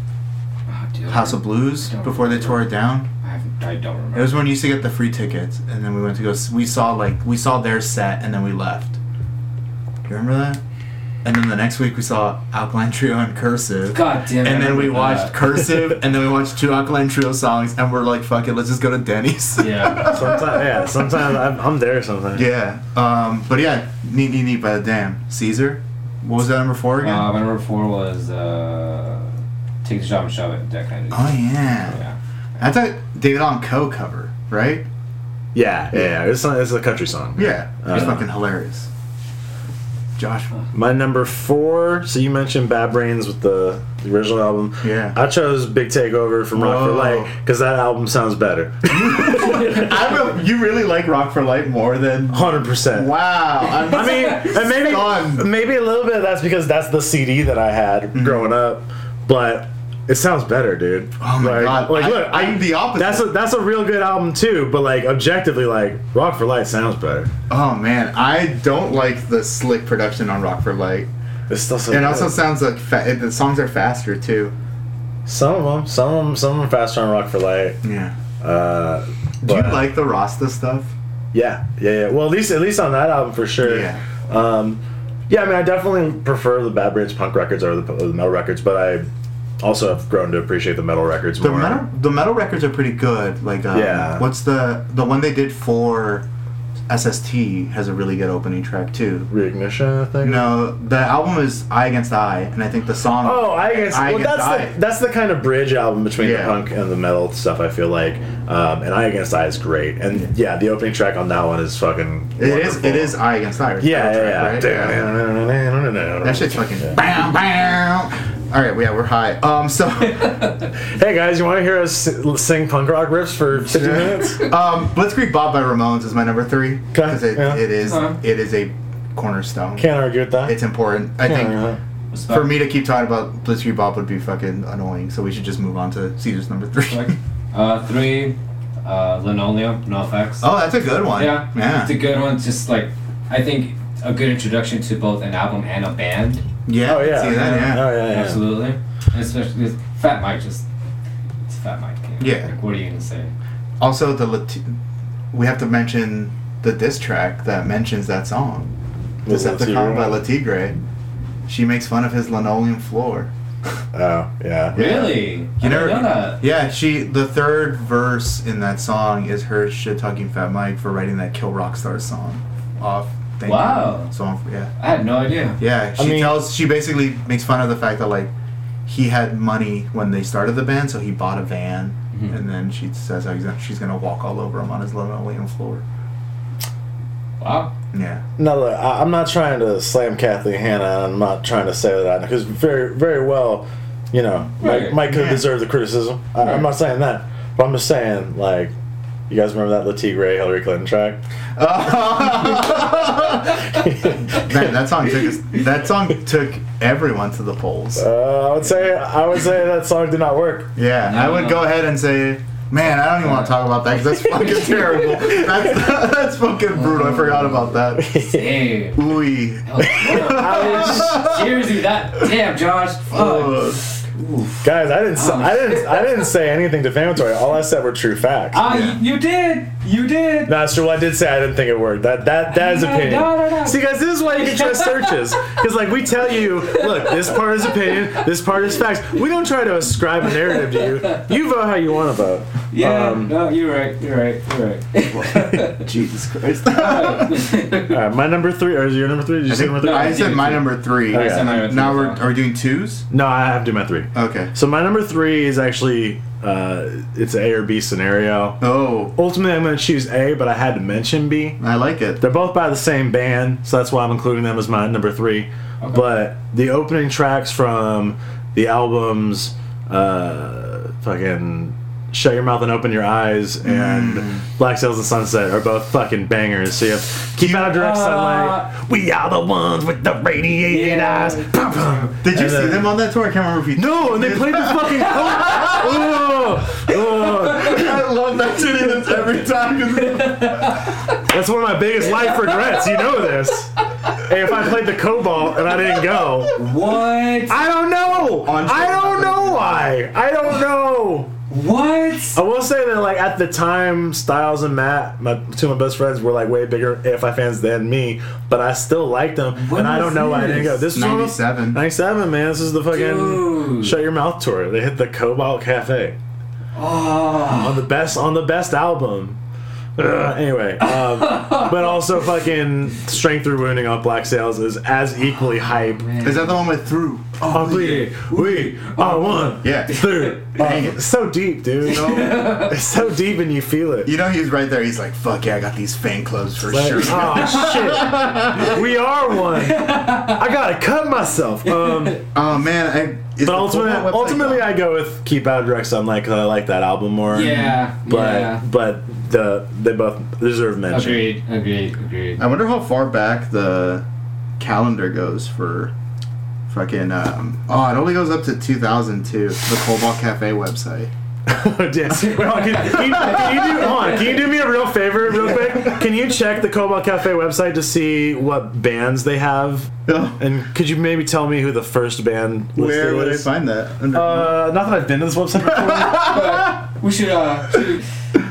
Oh, dude. House of Blues before they tore it down. I have I don't It remember. was when we used to get the free tickets, and then we went to go. s- We saw like we saw their set, and then we left. Do you remember that? And then the next week we saw Alkaline Trio and Cursive. God damn it. And I then we remember watched that. Cursive, and then we watched two Alkaline Trio songs, and we're like, "Fuck it, let's just go to [LAUGHS] Denny's." [LAUGHS] Yeah. Sometimes, yeah, sometimes I'm, I'm there sometimes. Yeah. Um, but yeah, neat, neat, neat by the damn Caesar. What was that number four again? Uh, my number four was uh, Take the Shot and Shove It, that kind of oh yeah. Yeah. that's a David on Co cover, right? Yeah, yeah, yeah. It's, not, it's a country song. Yeah, it's Uh, fucking hilarious. Josh, My number four. So you mentioned Bad Brains with the, the original album. Yeah. I chose Big Takeover from Rock for Whoa. Light because that album sounds better. [LAUGHS] I will, you really like Rock for Light more than Hundred percent. Wow. [LAUGHS] I'm, I [LAUGHS] mean, and maybe Stunned. maybe a little bit. of That's because that's the CD that I had Mm-hmm. growing up, but. It sounds better, dude. Oh my like, God. Like, I- look, I'm the opposite. That's a that's a real good album too, but like objectively, like Rock for Light sounds better. oh man, I don't like the slick production on Rock for Light. It's still so. It good. also sounds like fa- it- the songs are faster too. some of them, some of them, some of them faster on Rock for Light. Yeah. Uh, Do you but- like the Rasta stuff? Yeah, yeah, yeah. Well, at least at least on that album for sure. Yeah. Um, yeah, I mean, I definitely prefer the Bad Brains punk records over the, the metal records, but I also have grown to appreciate the metal records The more. metal, the metal records are pretty good. Like, uh, Yeah. What's the the one they did for SST has a really good opening track too. Reignition, I think. No, the album is Eye Against Eye, and I think the song. Oh, I guess. Eye well, Against that's Eye. the, that's the kind of bridge album between Yeah. the punk and the metal stuff. I feel like, um, and Eye Against Eye is great, and yeah, the opening track on that one is fucking. It is. It wonderful. is Eye Against Eye. it's Yeah, the yeah, yeah. track, right? That That shit's fucking. Bam, bam. All right, yeah, we're high. Um, [LAUGHS] so, Hey guys, you want to hear us si- sing punk rock riffs for 50 minutes? um, Blitzkrieg Bob by Ramones is my number three 'Kay, because it, yeah. it is Uh-huh. it is a cornerstone. Can't argue with that. It's important. I Can't think argue with that. Respect. for me to keep talking about Blitzkrieg Bob would be fucking annoying. So we should just move on to Caesar's number three. [LAUGHS] Respect. Uh, three, uh, Linoleum, No Effects. [LAUGHS] oh, that's a good one. Yeah, yeah, It's a good one. Just like I think a good introduction to both an album and a band. yeah. Oh I yeah. see that, yeah. Oh yeah. yeah. Absolutely. And especially because Fat Mike just it's Fat Mike. you know, Yeah. Like, what are you gonna say? Also, the Lati- we have to mention the diss track that mentions that song. With Latigre. Decepticon by Latigre. She makes fun of his linoleum floor. Oh yeah. Yeah. Really? I You never. didn't know that. Yeah, she. The third verse in that song is her shit talking Fat Mike for writing that Kill Rockstar song off. Thank You. Wow. Song. Yeah. I had no idea. Yeah. She mean- tells. She basically makes fun of the fact that like he had money when they started the band, so he bought a van, Mhm. and then she says how he's gonna, she's gonna walk all over him on his linoleum floor. Wow. [LAUGHS] Yeah. No, look, I, I'm not trying to slam Kathleen Hanna. and I'm not trying to say that because very, very well, you know, Mike, Right, Mike could yeah. deserve the criticism. I, Right. I'm not saying that, but I'm just saying like, you guys remember that Latigre Hillary Clinton [LAUGHS] track? Man, that song took us, that song took everyone to the polls. Uh, I would say I would say that song did not work. [LAUGHS] Yeah, I would go ahead and say, man, I don't even want to talk about that because that's fucking terrible. That's [LAUGHS] that's fucking brutal. I forgot about that. [LAUGHS] Damn. Ooh. Oh, wow. Seriously, that damn Josh. Fuck. Oh. Oof. Guys, I didn't, say, I didn't, I didn't say anything defamatory. All I said were true facts. Ah, Yeah. you, you did. You did. Master, well, I did say I didn't think it worked. That that that is No, opinion. no, no, no. See, guys, this is why you can trust [LAUGHS] searches. Because like we tell you, look, this part is opinion, this part is facts. We don't try to ascribe a narrative to you. You vote how you want to vote. Yeah. Um, no, you're right. You're right. You're [LAUGHS] right. Jesus Christ. All right, my number three, or is your number three? Did you I, say think, number three? no. I said my number three. Okay. I said my number Now three we're as well. are we doing twos? No, I have to do my three. Okay. So my number three is actually uh, it's a A or B scenario. Oh, Ultimately, I'm going to choose A, but I had to mention B. I like it. They're both by the same band, so that's why I'm including them as my number three. But the opening tracks from the albums, uh, fucking Shut Your Mouth and Open Your Eyes and Black Sails and Sunset are both fucking bangers. So you have Keep Out of Direct Uh, Sunlight. We are the ones with the radiated Yeah. eyes. Pum, pum. Did you And see then- them on that tour? I can't remember if you. No, and they played the fucking. Oh, oh. [LAUGHS] I love that tune that's every time. That's one of my biggest life regrets. You know this. Hey, if I played the Cobalt and I didn't go, what? I don't know. On- I don't know why. I don't know. What? I Oh. will say that like at the time, Styles and Matt, my two of my best friends, were like way bigger AFI fans than me, but I still liked them, When and I was don't know why I didn't go. This was 97. 97, man. This is the fucking Dude. shut your mouth tour. They hit the Cobalt Cafe Oh. on the best on the best album. Ugh, anyway, [LAUGHS] um, but also fucking strength through wounding on Black Sails is as equally hype. Is that the one with through? Oh, we, we are one. Yeah. Through. Dang it. Uh, it's so deep, dude. It's so deep and you feel it. You know he's right there. He's like, "Fuck yeah, I got these fan clubs for Like, sure." [LAUGHS] Oh shit! We are one. I gotta cut myself. Um, Oh man, I, but is the ultimately, Cobalt website ultimately, gone? I go with Keep Out of Direct Sunlight because I like that album more. Yeah. But yeah. but the they both deserve mention. [LAUGHS] Agreed. Agreed. Agreed. I wonder how far back the calendar goes for fucking. Um, oh, it only goes up to 2002. The Cobalt [LAUGHS] Cafe website. Damn. Wait, hold on, can, can you, can you do, hold on, can you do me a real favor, real quick? Can you check the Cobalt Cafe website to see what bands they have? And could you maybe tell me who the first band listed Where would I is? find that? Under- Uh, not that I've been to this website before. We should. uh should we-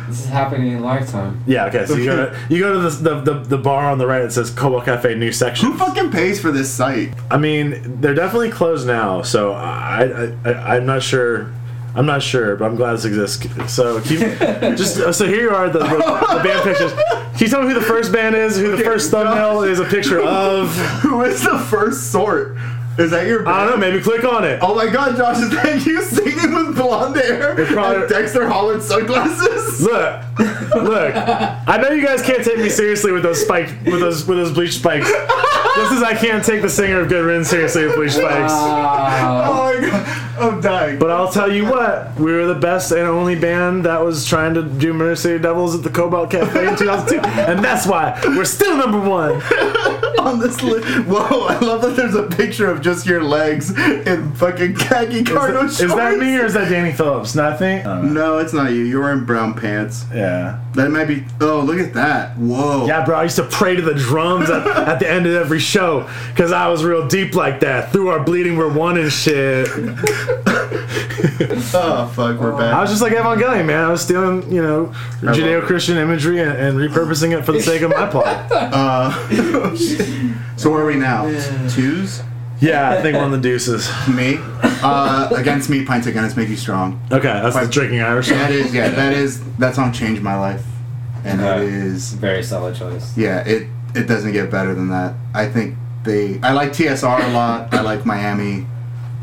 This is happening in lifetime. [LAUGHS] yeah, okay. So you go to you go to this, the, the the bar on the right that says Cobalt Cafe new Who section. fucking pays for this site? [LAUGHS] I mean, they're definitely closed now, so I, I, I I'm not sure. I'm not sure, but I'm glad this exists. So [LAUGHS] keep just uh, so here you are the, the, the band pictures. Can you tell me who the first band is? Who the first thumbnail is a picture [LAUGHS] of? Who is the first sort? Is that your? I don't know. Maybe click on it. Oh my god, Josh, is that you singing with blonde hair probably- and Dexter Holland sunglasses? Look, look. I know you guys can't take me seriously with those spiked, with those with those bleach spikes. This is I can't take the singer of Good Riddance seriously with bleach spikes. Ah. Wow. Oh my god, I'm dying. But I'll tell you what, we were the best and only band that was trying to do Mercy Devils at the Cobalt Cafe in 2002, and that's why we're still number one. [LAUGHS] on this list. Whoa, I love that there's a picture of just your legs in fucking khaki cargo Is that shorts. me or is that Danny Phillips? Nothing. Um, No, it's not you. You're wearing brown pants. Yeah. That might be. Oh, look at that. Whoa. Yeah, bro. I used to pray to the drums at, at the end of every show because I was real deep like that. Through our bleeding, we're one and shit. Oh, fuck, we're I back. was just like Evangelion, man. I was stealing, you know, Judeo-Christian imagery and, and repurposing it for the sake of my [LAUGHS] plot. Uh, so where are we now? Twos? Yeah, I think we're on the deuces. Me? Uh, against me, pints against make you strong. Okay, that's the drinking Irish. That is, yeah, that is, that song changed my life. And Yeah. it is, Very solid choice. yeah, it, it doesn't get better than that. I think they, I like TSR a lot. I like Miami,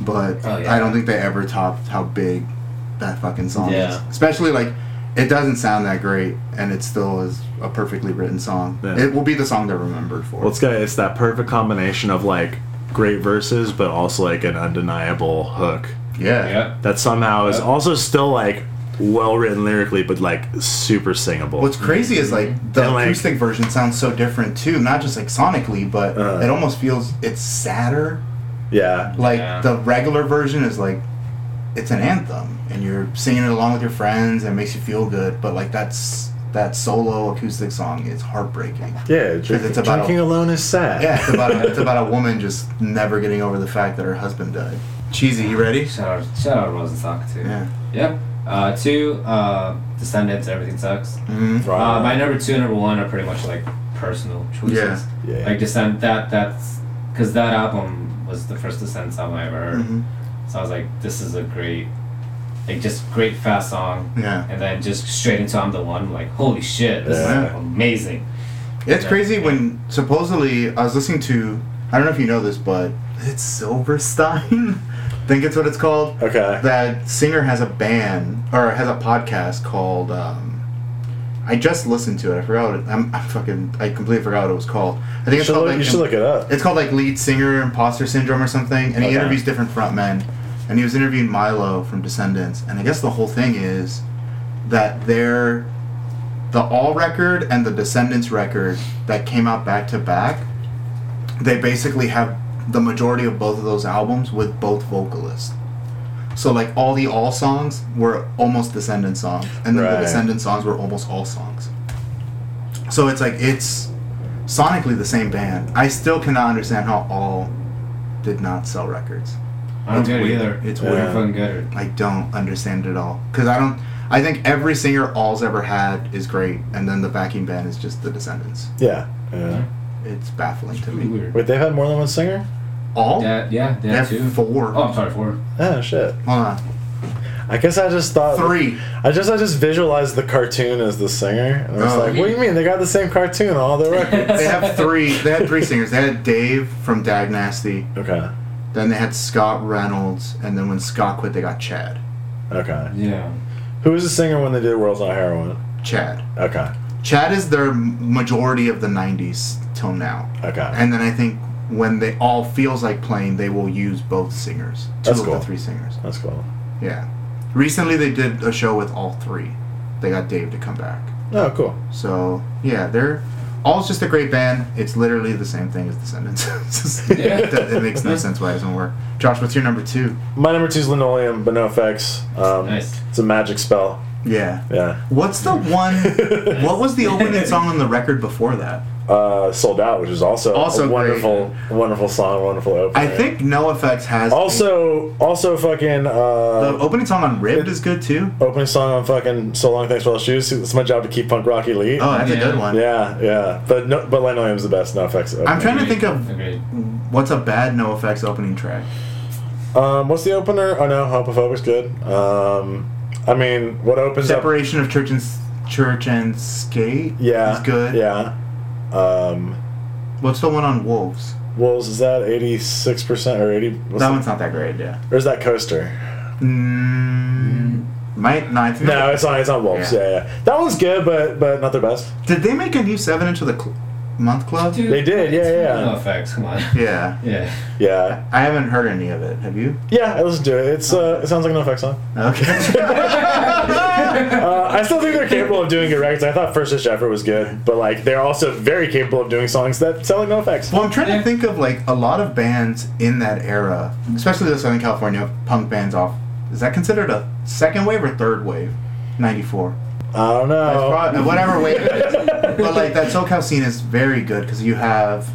but Oh, yeah. I don't think they ever topped how big that fucking song Yeah. is. Especially like, it doesn't sound that great, and it still is a perfectly written song. Yeah. It will be the song they're remembered for. Well, it's got it's that perfect combination of like great verses, but also like an undeniable hook yeah. Yep. that somehow is Yeah. also still like well written lyrically, but like super singable. What's crazy is Mm-hmm. like the And, like- acoustic version sounds so different too, not just like sonically, but Uh. it almost feels it's sadder. yeah, Like Yeah. the regular version is like it's an anthem and you're singing it along with your friends and it makes you feel good, but like that's that solo acoustic song is heartbreaking. yeah. Drink, it's about drinking a- alone is sad. Yeah, it's about a, it's about a woman just never getting over the fact that her husband died. Cheesy, you ready? Shout out, shout out Rosenstock too. Yeah. Yep. Uh, two, uh, Descendants, Everything Sucks. Mhm. Uh, my number two and number one are pretty much like personal choices. Yeah. [LAUGHS] Yeah. Like Descent, that that's because that album was the first Descent song I ever heard. Mhm. So I was like, this is a great, like just great fast song. Yeah. And then just straight into I'm the one. Like holy shit, this Yeah. is like, amazing. It's Yeah. crazy when supposedly I was listening to I don't know if you know this, but it's Silverstein. [LAUGHS] think it's what it's called. okay. That singer has a band or has a podcast called. Um, I just listened to it. I forgot. What it, I'm, I'm fucking. I completely forgot what it was called. I think You it's should, called. look, like, you should look it up. It's called like lead singer imposter syndrome or something, and he Okay. interviews different frontmen. And he was interviewing Milo from Descendants, and I guess the whole thing is that they're the All record and the Descendants record that came out back to back. They basically have the majority of both of those albums with both vocalists. So like all the All songs were almost Descendants songs, and then Right. the Descendants songs were almost all songs. So it's like it's sonically the same band. I still cannot understand how all did not sell records. I don't It's get it weird. either. It's I weird. don't fucking get it. I don't understand it all because I don't. I think every singer all's ever had is great, and then the backing band is just the Descendants. Yeah. Yeah. It's baffling to Really me. weird. Wait, they've had more than one singer? All That, yeah, they that have too. four. Oh, I'm sorry, four. Oh shit. Hold on, I guess I just Oh. thought three. I just I just visualized the cartoon as the singer, and I was Oh. like, "What do you mean? They got the same cartoon on all their records." They have three. They had three singers. They had Dave from Dag Nasty. [LAUGHS] okay, Then they had Scott Reynolds, and then when Scott quit, they got Chad. okay. Yeah. Who was the singer when they did "World's Not Heroin"? Chad. Okay, Chad is their m- majority of the '90s till now, okay. and then I think when they all feels like playing, they will use both singers. Two That's of cool. the three singers. That's cool. Yeah. Recently, they did a show with all three. They got Dave to come back. Oh, cool. So yeah, they're all's just a great band. It's literally the same thing as Descendants. [LAUGHS] It's just- it, does- it makes no sense why it doesn't work. Josh, what's your number two? My number two is Linoleum, but no effects. Um, Nice. It's a magic spell. Yeah. Yeah. What's the one? what was [LAUGHS] the opening song on the record before that? Uh, Sold Out, which is also, Also a great. wonderful, wonderful song, wonderful opener. I think No Effects has Also, also fucking the uh, opening song on Ribbed is good too. opening song on fucking "So Long Thanks for All the Shoes." It's my job to keep punk rock elite. Oh, that's a good Yeah. one. Yeah, yeah. But no, but Linoleum's the best. No effects. Opener. I'm trying to think of Agreed. what's a bad No Effects opening track. Um, what's the opener? Oh no, Homophobic's good. Um, I mean, what opens up? Separation of church and s- church and skate. Yeah, is good. Yeah. Um, What's the one on Wolves? Wolves is that eighty six percent or eighty? What's that the- one's not that great. Yeah. Or is that coaster? Mm, might not. I think- No, it's not. It's not Wolves. Yeah. Yeah. yeah, That one's good, but but not their best. Did they make a new seven inch of the cl- month club? Dude, They did, yeah, it's yeah. No effects, come on. [LAUGHS] Yeah. Yeah. Yeah, I haven't heard any of it. Have you? yeah. I listened to it. It's uh, it sounds like an effects [LAUGHS] song. [LAUGHS] Okay. Uh, I still think they're capable of doing good records. I thought First Dish Effort was good, but like they're also very capable of doing songs that sound like no effects. well, I'm trying to think of like a lot of bands in that era, especially the Southern California punk bands. Off is that considered a second wave or third wave? '94. I don't know. Probably, whatever wave it is. But like that SoCal scene is very good because you have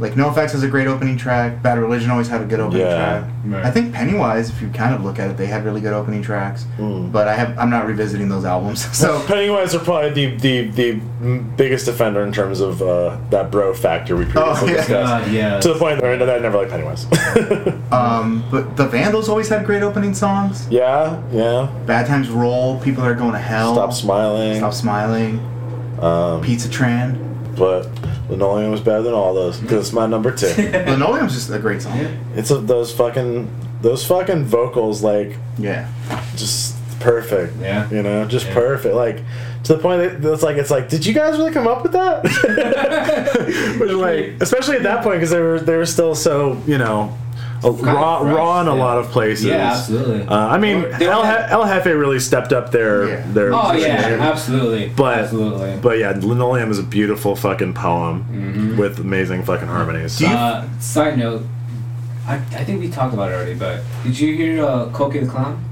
like No Effects has a great opening track. Bad Religion always had a good opening Yeah. track. Right. I think Pennywise, if you kind of look at it, they had really good opening tracks. Mm. But I have I'm not revisiting those albums. [LAUGHS] So Pennywise are probably the the, the m- biggest offender in terms of uh, that bro factor we previously Oh, yeah. discussed. God, yeah. To the point where I never liked Pennywise. [LAUGHS] um, but the Vandals always had great opening songs. yeah, yeah. Bad Times Roll, People That Are Going to Hell, Stop smiling. Stop Smiling, Um, Pizza Tran. but Linoleum was better than all those because it's my number [LAUGHS] two. Linoleum's just a great song. Yeah. it's of those fucking those fucking vocals like Yeah. just perfect. Yeah. You know, just Yeah. perfect. Like to the point that that's like it's like, did you guys really come up with [LAUGHS] that? [LAUGHS] Which like, especially at that point because they were they were still so you know. a- Raw, fresh, raw in a yeah. lot of places. Yeah, absolutely. Uh, I mean, They were- they El, were- He- El Jefe really stepped up their Yeah. their. Oh yeah, position. absolutely. But- absolutely. But yeah, Linoleum is a beautiful fucking poem Mm-hmm. with amazing fucking harmonies. Do you- uh, side note, I, I think we talked about it already, but did you hear uh, Koki the Clown?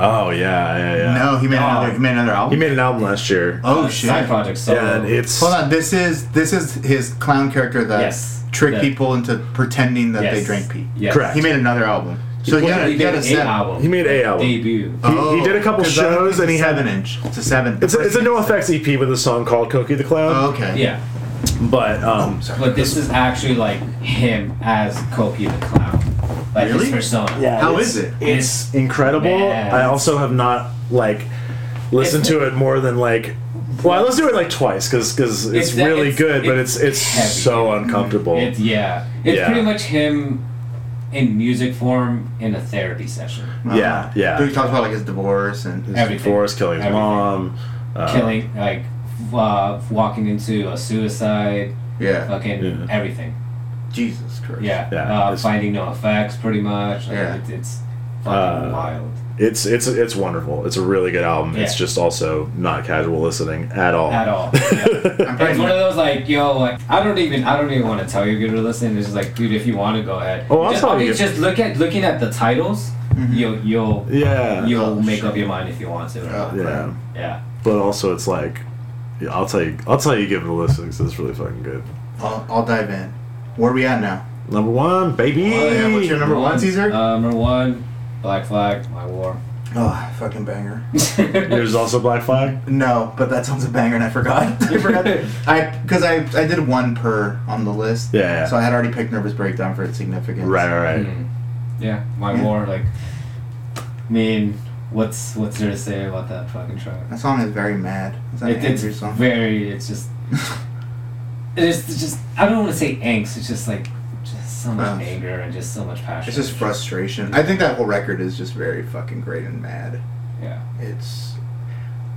oh yeah, yeah, yeah. No, he made Oh. another he made another album. He made an album last year. oh Uh, shit. Side project. So and it's Hold on, this is this is his clown character that Yes. tricked Yeah. people into pretending uh, that they Yes. drank pee. Yes. Correct. He made another album. So you Well, gotta, he you did gotta an set- eight album. he made a album. Oh. debut. he did a couple 'cause I don't shows think and it's he had- seven inch. It's a seven. It's a, it's a no effects EP with a song called Cookie the Oh, Clown. okay. Yeah, Oh. But um, but this is actually like him as Koki the Clown, like Really? his persona. yeah, How it's- is it? It's incredible. Man. I also have not like listened to it more than like. Well, I listened to it like twice because it's, It's- really it's- good, but it's it's it's heavy. so uncomfortable. It's yeah. It's Yeah. pretty much him in music form in a therapy session. yeah, yeah. Oh. Dude, he talks about like his divorce and His Everything. divorce, killing his Everything. mom, uh, Killing like uh, walking into a suicide, yeah, fucking Yeah. everything. Jesus Christ. Yeah. Uh, Yeah, uh, it's- finding no effects pretty much. Like, Yeah. it, it's Uh, fucking wild. It's it's it's wonderful. It's a really good album. It's Yeah. just also not casual listening at all. [LAUGHS] At all. Yeah. I'm It's pretty one of those like, yo, like I don't even, I don't even want to tell you to listen. It's just like, dude, if you want to go ahead. Oh, I'll just, tell mean, you. Just look at looking at the titles. Mm-hmm. You'll you'll Yeah. you'll Oh, make sure. up your mind if you want to. Or not. Yeah. Yeah. Yeah. But also, it's like, yeah, I'll tell you, I'll tell you, give it a listen because it's really fucking good. I'll, I'll dive in. Where are we at now? Number one, baby. Oh, yeah, what's your number one, Caesar? Uh, number one, Black Flag, My War. Oh, fucking banger. [LAUGHS] There's also Black Flag. No, but that sounds a banger, and I forgot. [LAUGHS] I forgot. I because I I did one per on the list. Yeah, yeah. So I had already picked Nervous Breakdown for its significance. Right, [LAUGHS] right, right. Mm. Yeah, My Yeah. War. Like, I mean, what's what's there to say about that fucking track? That song is very mad. It's an It, it's angry song. very. It's just. It's just. I don't want to say angst. It's just like, just so much Uh, anger and just so much [LAUGHS] passion. It's just frustration. I think that whole record is just very fucking great and mad. Yeah. It's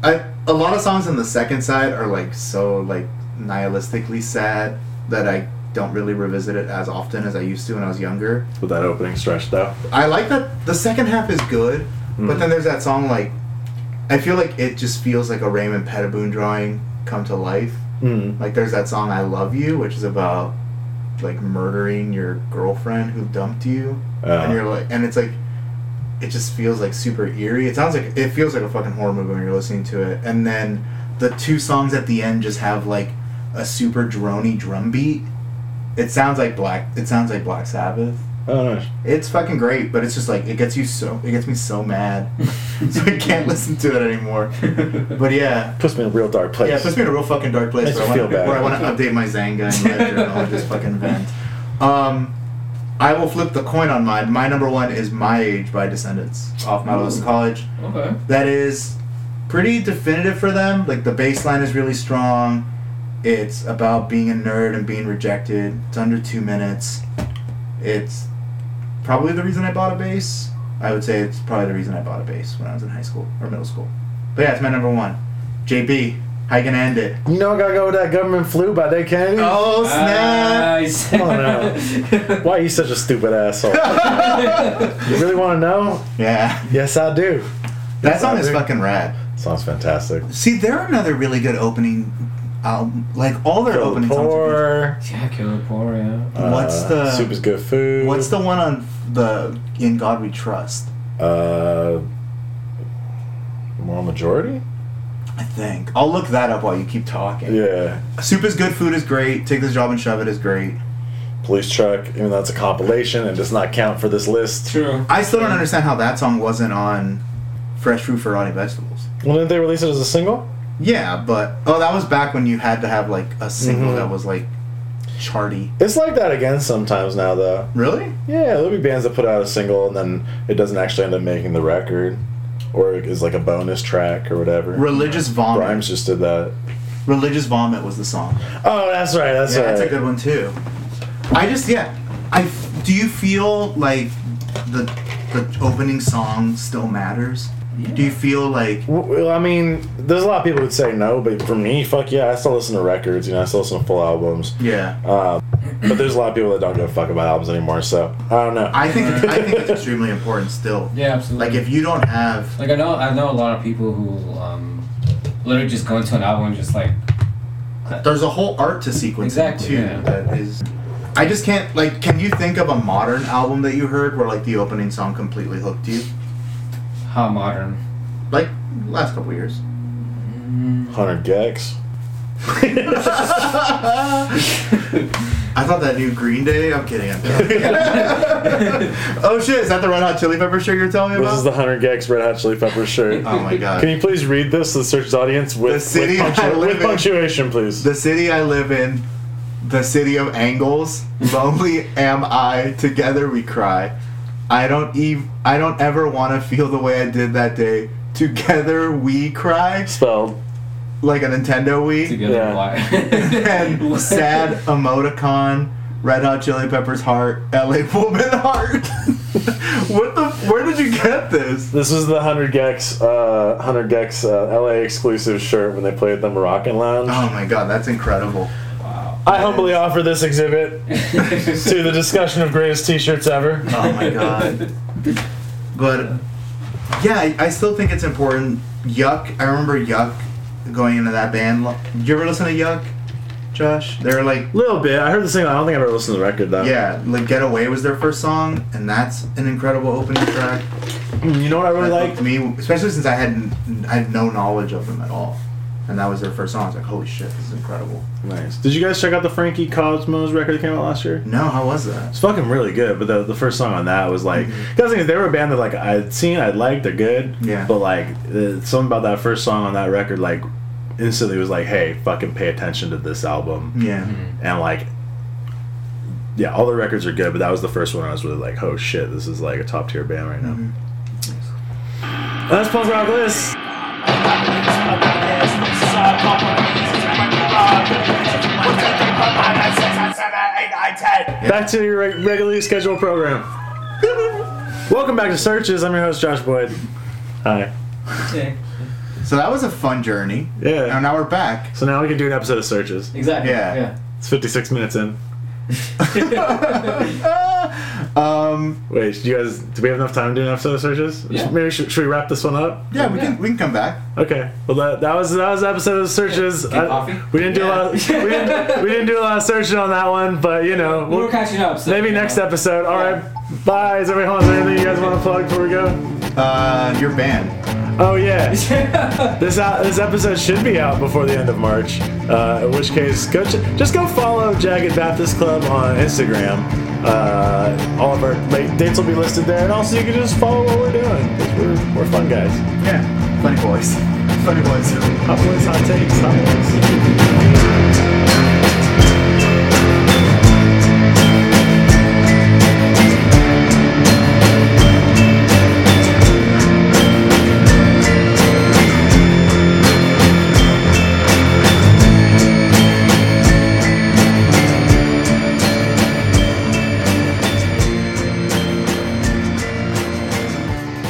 I a lot of songs on the second side are like so like nihilistically sad that I don't really revisit it as often as I used to when I was younger. With that opening stretch, though. I like that the second half is good, but Mm. then there's that song like I feel like it just feels like a Raymond Pettiboon drawing come to life. Mm. Like there's that song I Love You, which is about like murdering your girlfriend who dumped you. and Uh, you're like and it's like it just feels like super eerie. It sounds like it feels like a fucking horror movie when you're listening to it. And then the two songs at the end just have like a super drony drum beat. It sounds like Black it sounds like Black Sabbath. oh, nice. It's fucking great, but it's just like it gets you so it gets me so mad, [LAUGHS] [LAUGHS] so I can't listen to it anymore. But yeah, Puts me in a real dark place. yeah, it puts me in a real fucking dark place Makes where I, you want, feel bad. where I want to update my Zanga [LAUGHS] and ledger and all just fucking vent. Um, I will flip the coin on mine. My number one is My Age by Descendants off my list of college. [LAUGHS] Okay. That is pretty definitive for them. Like the bass line is really strong. It's about being a nerd and being rejected. It's under two minutes. It's probably the reason I bought a bass. I would say it's probably the reason I bought a bass when I was in high school or middle school. But yeah, it's my number one. JB, how you gonna end it? You know, I gotta go with that government flu by Dead Kennedy. Oh snap! Nice. [LAUGHS] Oh, [LAUGHS] no. Why are you such a stupid [LAUGHS] asshole? you really want to know? yeah, Yes, I do. that song is That's- fucking rad. Sounds fantastic. See, they're another really good opening. Album. Like all their Kill the opening songs. are good. poor. yeah, Killer Poor, yeah. uh, What's the- soup is good food? What's the one on the In God We Trust? uh, moral majority? I think. I'll look that up while you keep talking. Yeah. Soup is good, food is great, take this job and shove it is great. Police truck. Even though it's a compilation, it does not count for this list. True. I still don't understand how that song wasn't on Fresh Fruit for Rotting Vegetables. Well, didn't they release it as a single? Yeah, but oh that was back when you had to have like a single Mhm. that was like charty. It's like that again sometimes now, though. Really? Yeah, there'll be bands that put out a single and then it doesn't actually end up making the record, or is like a bonus track or whatever. Religious Vomit. Grimes just did that. Religious Vomit was the song. Oh, that's right. That's yeah, right. that's a good one too. I just yeah, I f- do you feel like the the opening song still matters? Do you feel like Well, I mean, there's a lot of people who'd say no, but for me, fuck yeah, I still listen to records. You know, I still listen to full albums. yeah? But there's a lot of people that don't give a fuck about albums anymore. So I don't know. I think I think it's extremely important still. Yeah, absolutely. Like if you don't have Like I know, I know a lot of people who um, literally just go into an album and just like, there's a whole art to sequencing Exactly, too yeah. that is I just can't like can you think of a modern album that you heard where like the opening song completely hooked you? how modern. Like last couple [LAUGHS] years. Hundred [LAUGHS] Gex. I thought that new Green Day. I'm kidding. I'm kidding. oh shit! Is that the Red Hot Chili Pepper shirt you're telling me This about? is the Hundred Gex Red Hot Chili Peppers shirt. oh my god! Can you please read this to the search's audience with, The city with, I punctua- live with in. punctuation, please? The city I live in, the city of angles, lonely am I, together we cry. I don't eve I don't ever wanna feel the way I did that day. Together we cry Spelled. like a Nintendo Wii. Together, Yeah. [LAUGHS] why? [LAUGHS] [LAUGHS] And sad emoticon, red hot chili peppers heart, LA woman heart. [LAUGHS] what the where did you get this? This is the Hundred Gex, uh, Hundred Gex uh, LA exclusive shirt when they played at the Moroccan Lounge. Oh my god, that's incredible. I humbly offer this [LAUGHS] exhibit to the discussion of greatest T-shirts ever. Oh my god. But yeah, I, I still think it's important. Yuck. I remember Yuck going into that band. lo- Did you ever listen to Yuck, Josh? They were like, little bit. I heard the single. I don't think I've ever listened to the record though. yeah, like Get Away was their first song, and that's an incredible opening track. Mm, You know what I really That like? hooked me, especially since I had I had no knowledge of them at all. and that was their first song. I was like, holy shit, this is incredible. Nice. Did you guys check out the Frankie Cosmos record that came out last year? No, how was that? It's fucking really good, but the, the first song on that was like, because they were a band that like I'd seen, I'd liked, they're good, Mm-hmm. Yeah. But like, uh, something about that first song on that record, like, instantly was like, hey, fucking pay attention to this album, Yeah. and like, yeah, all the records are good, but that was the first one I was really like, oh shit, this is like a top tier band right now. That's punk rock list. Back to your reg- regularly scheduled program. Welcome back to Searches. I'm your host Josh Boyd. Hi. So that was a fun journey. Yeah. And now we're back. So now we can do an episode of Searches. Exactly. Yeah. Yeah. It's 56 minutes in. Um, Wait, do you guys? Do we have enough time to do an episode of Searches? Yeah. Maybe should, should we wrap this one up? yeah, we Yeah. can we can come back. Okay. Well, that, that was that was the episode of Searches. Get coffee? We didn't do a lot. Of, we, didn't, we didn't do a lot of searching on that one, but you know, We we'll, were catching up. So, maybe you next know. episode. All Yeah. right. Bye. Is everyone is there anything you guys want to plug before we go? Uh, your band. Oh yeah. [LAUGHS] This out, this episode should be out before the end of March. Uh, in which case, go ch- just go follow Jagged Baptist Club on Instagram. Uh, all of our late dates will be listed there, and also you can just follow what we're doing. 'cause We're, we're fun guys. Yeah. Funny boys. Funny boys. Hot boys, hot takes, hot boys.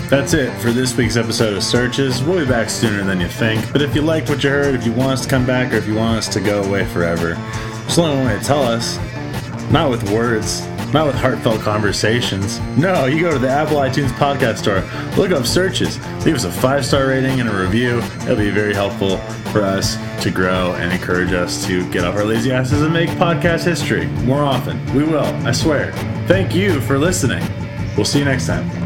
That's it for this week's episode of Searches. We'll be back sooner than you think. But if you liked what you heard, if you want us to come back, or if you want us to go away forever, just let way to tell us. Not with words, not with heartfelt conversations. No, you go to the Apple iTunes podcast store, look up Searches, leave us a five star rating and a review. It'll be very helpful for us to grow and encourage us to get off our lazy asses and make podcast history more often. We will, I swear. Thank you for listening. We'll see you next time.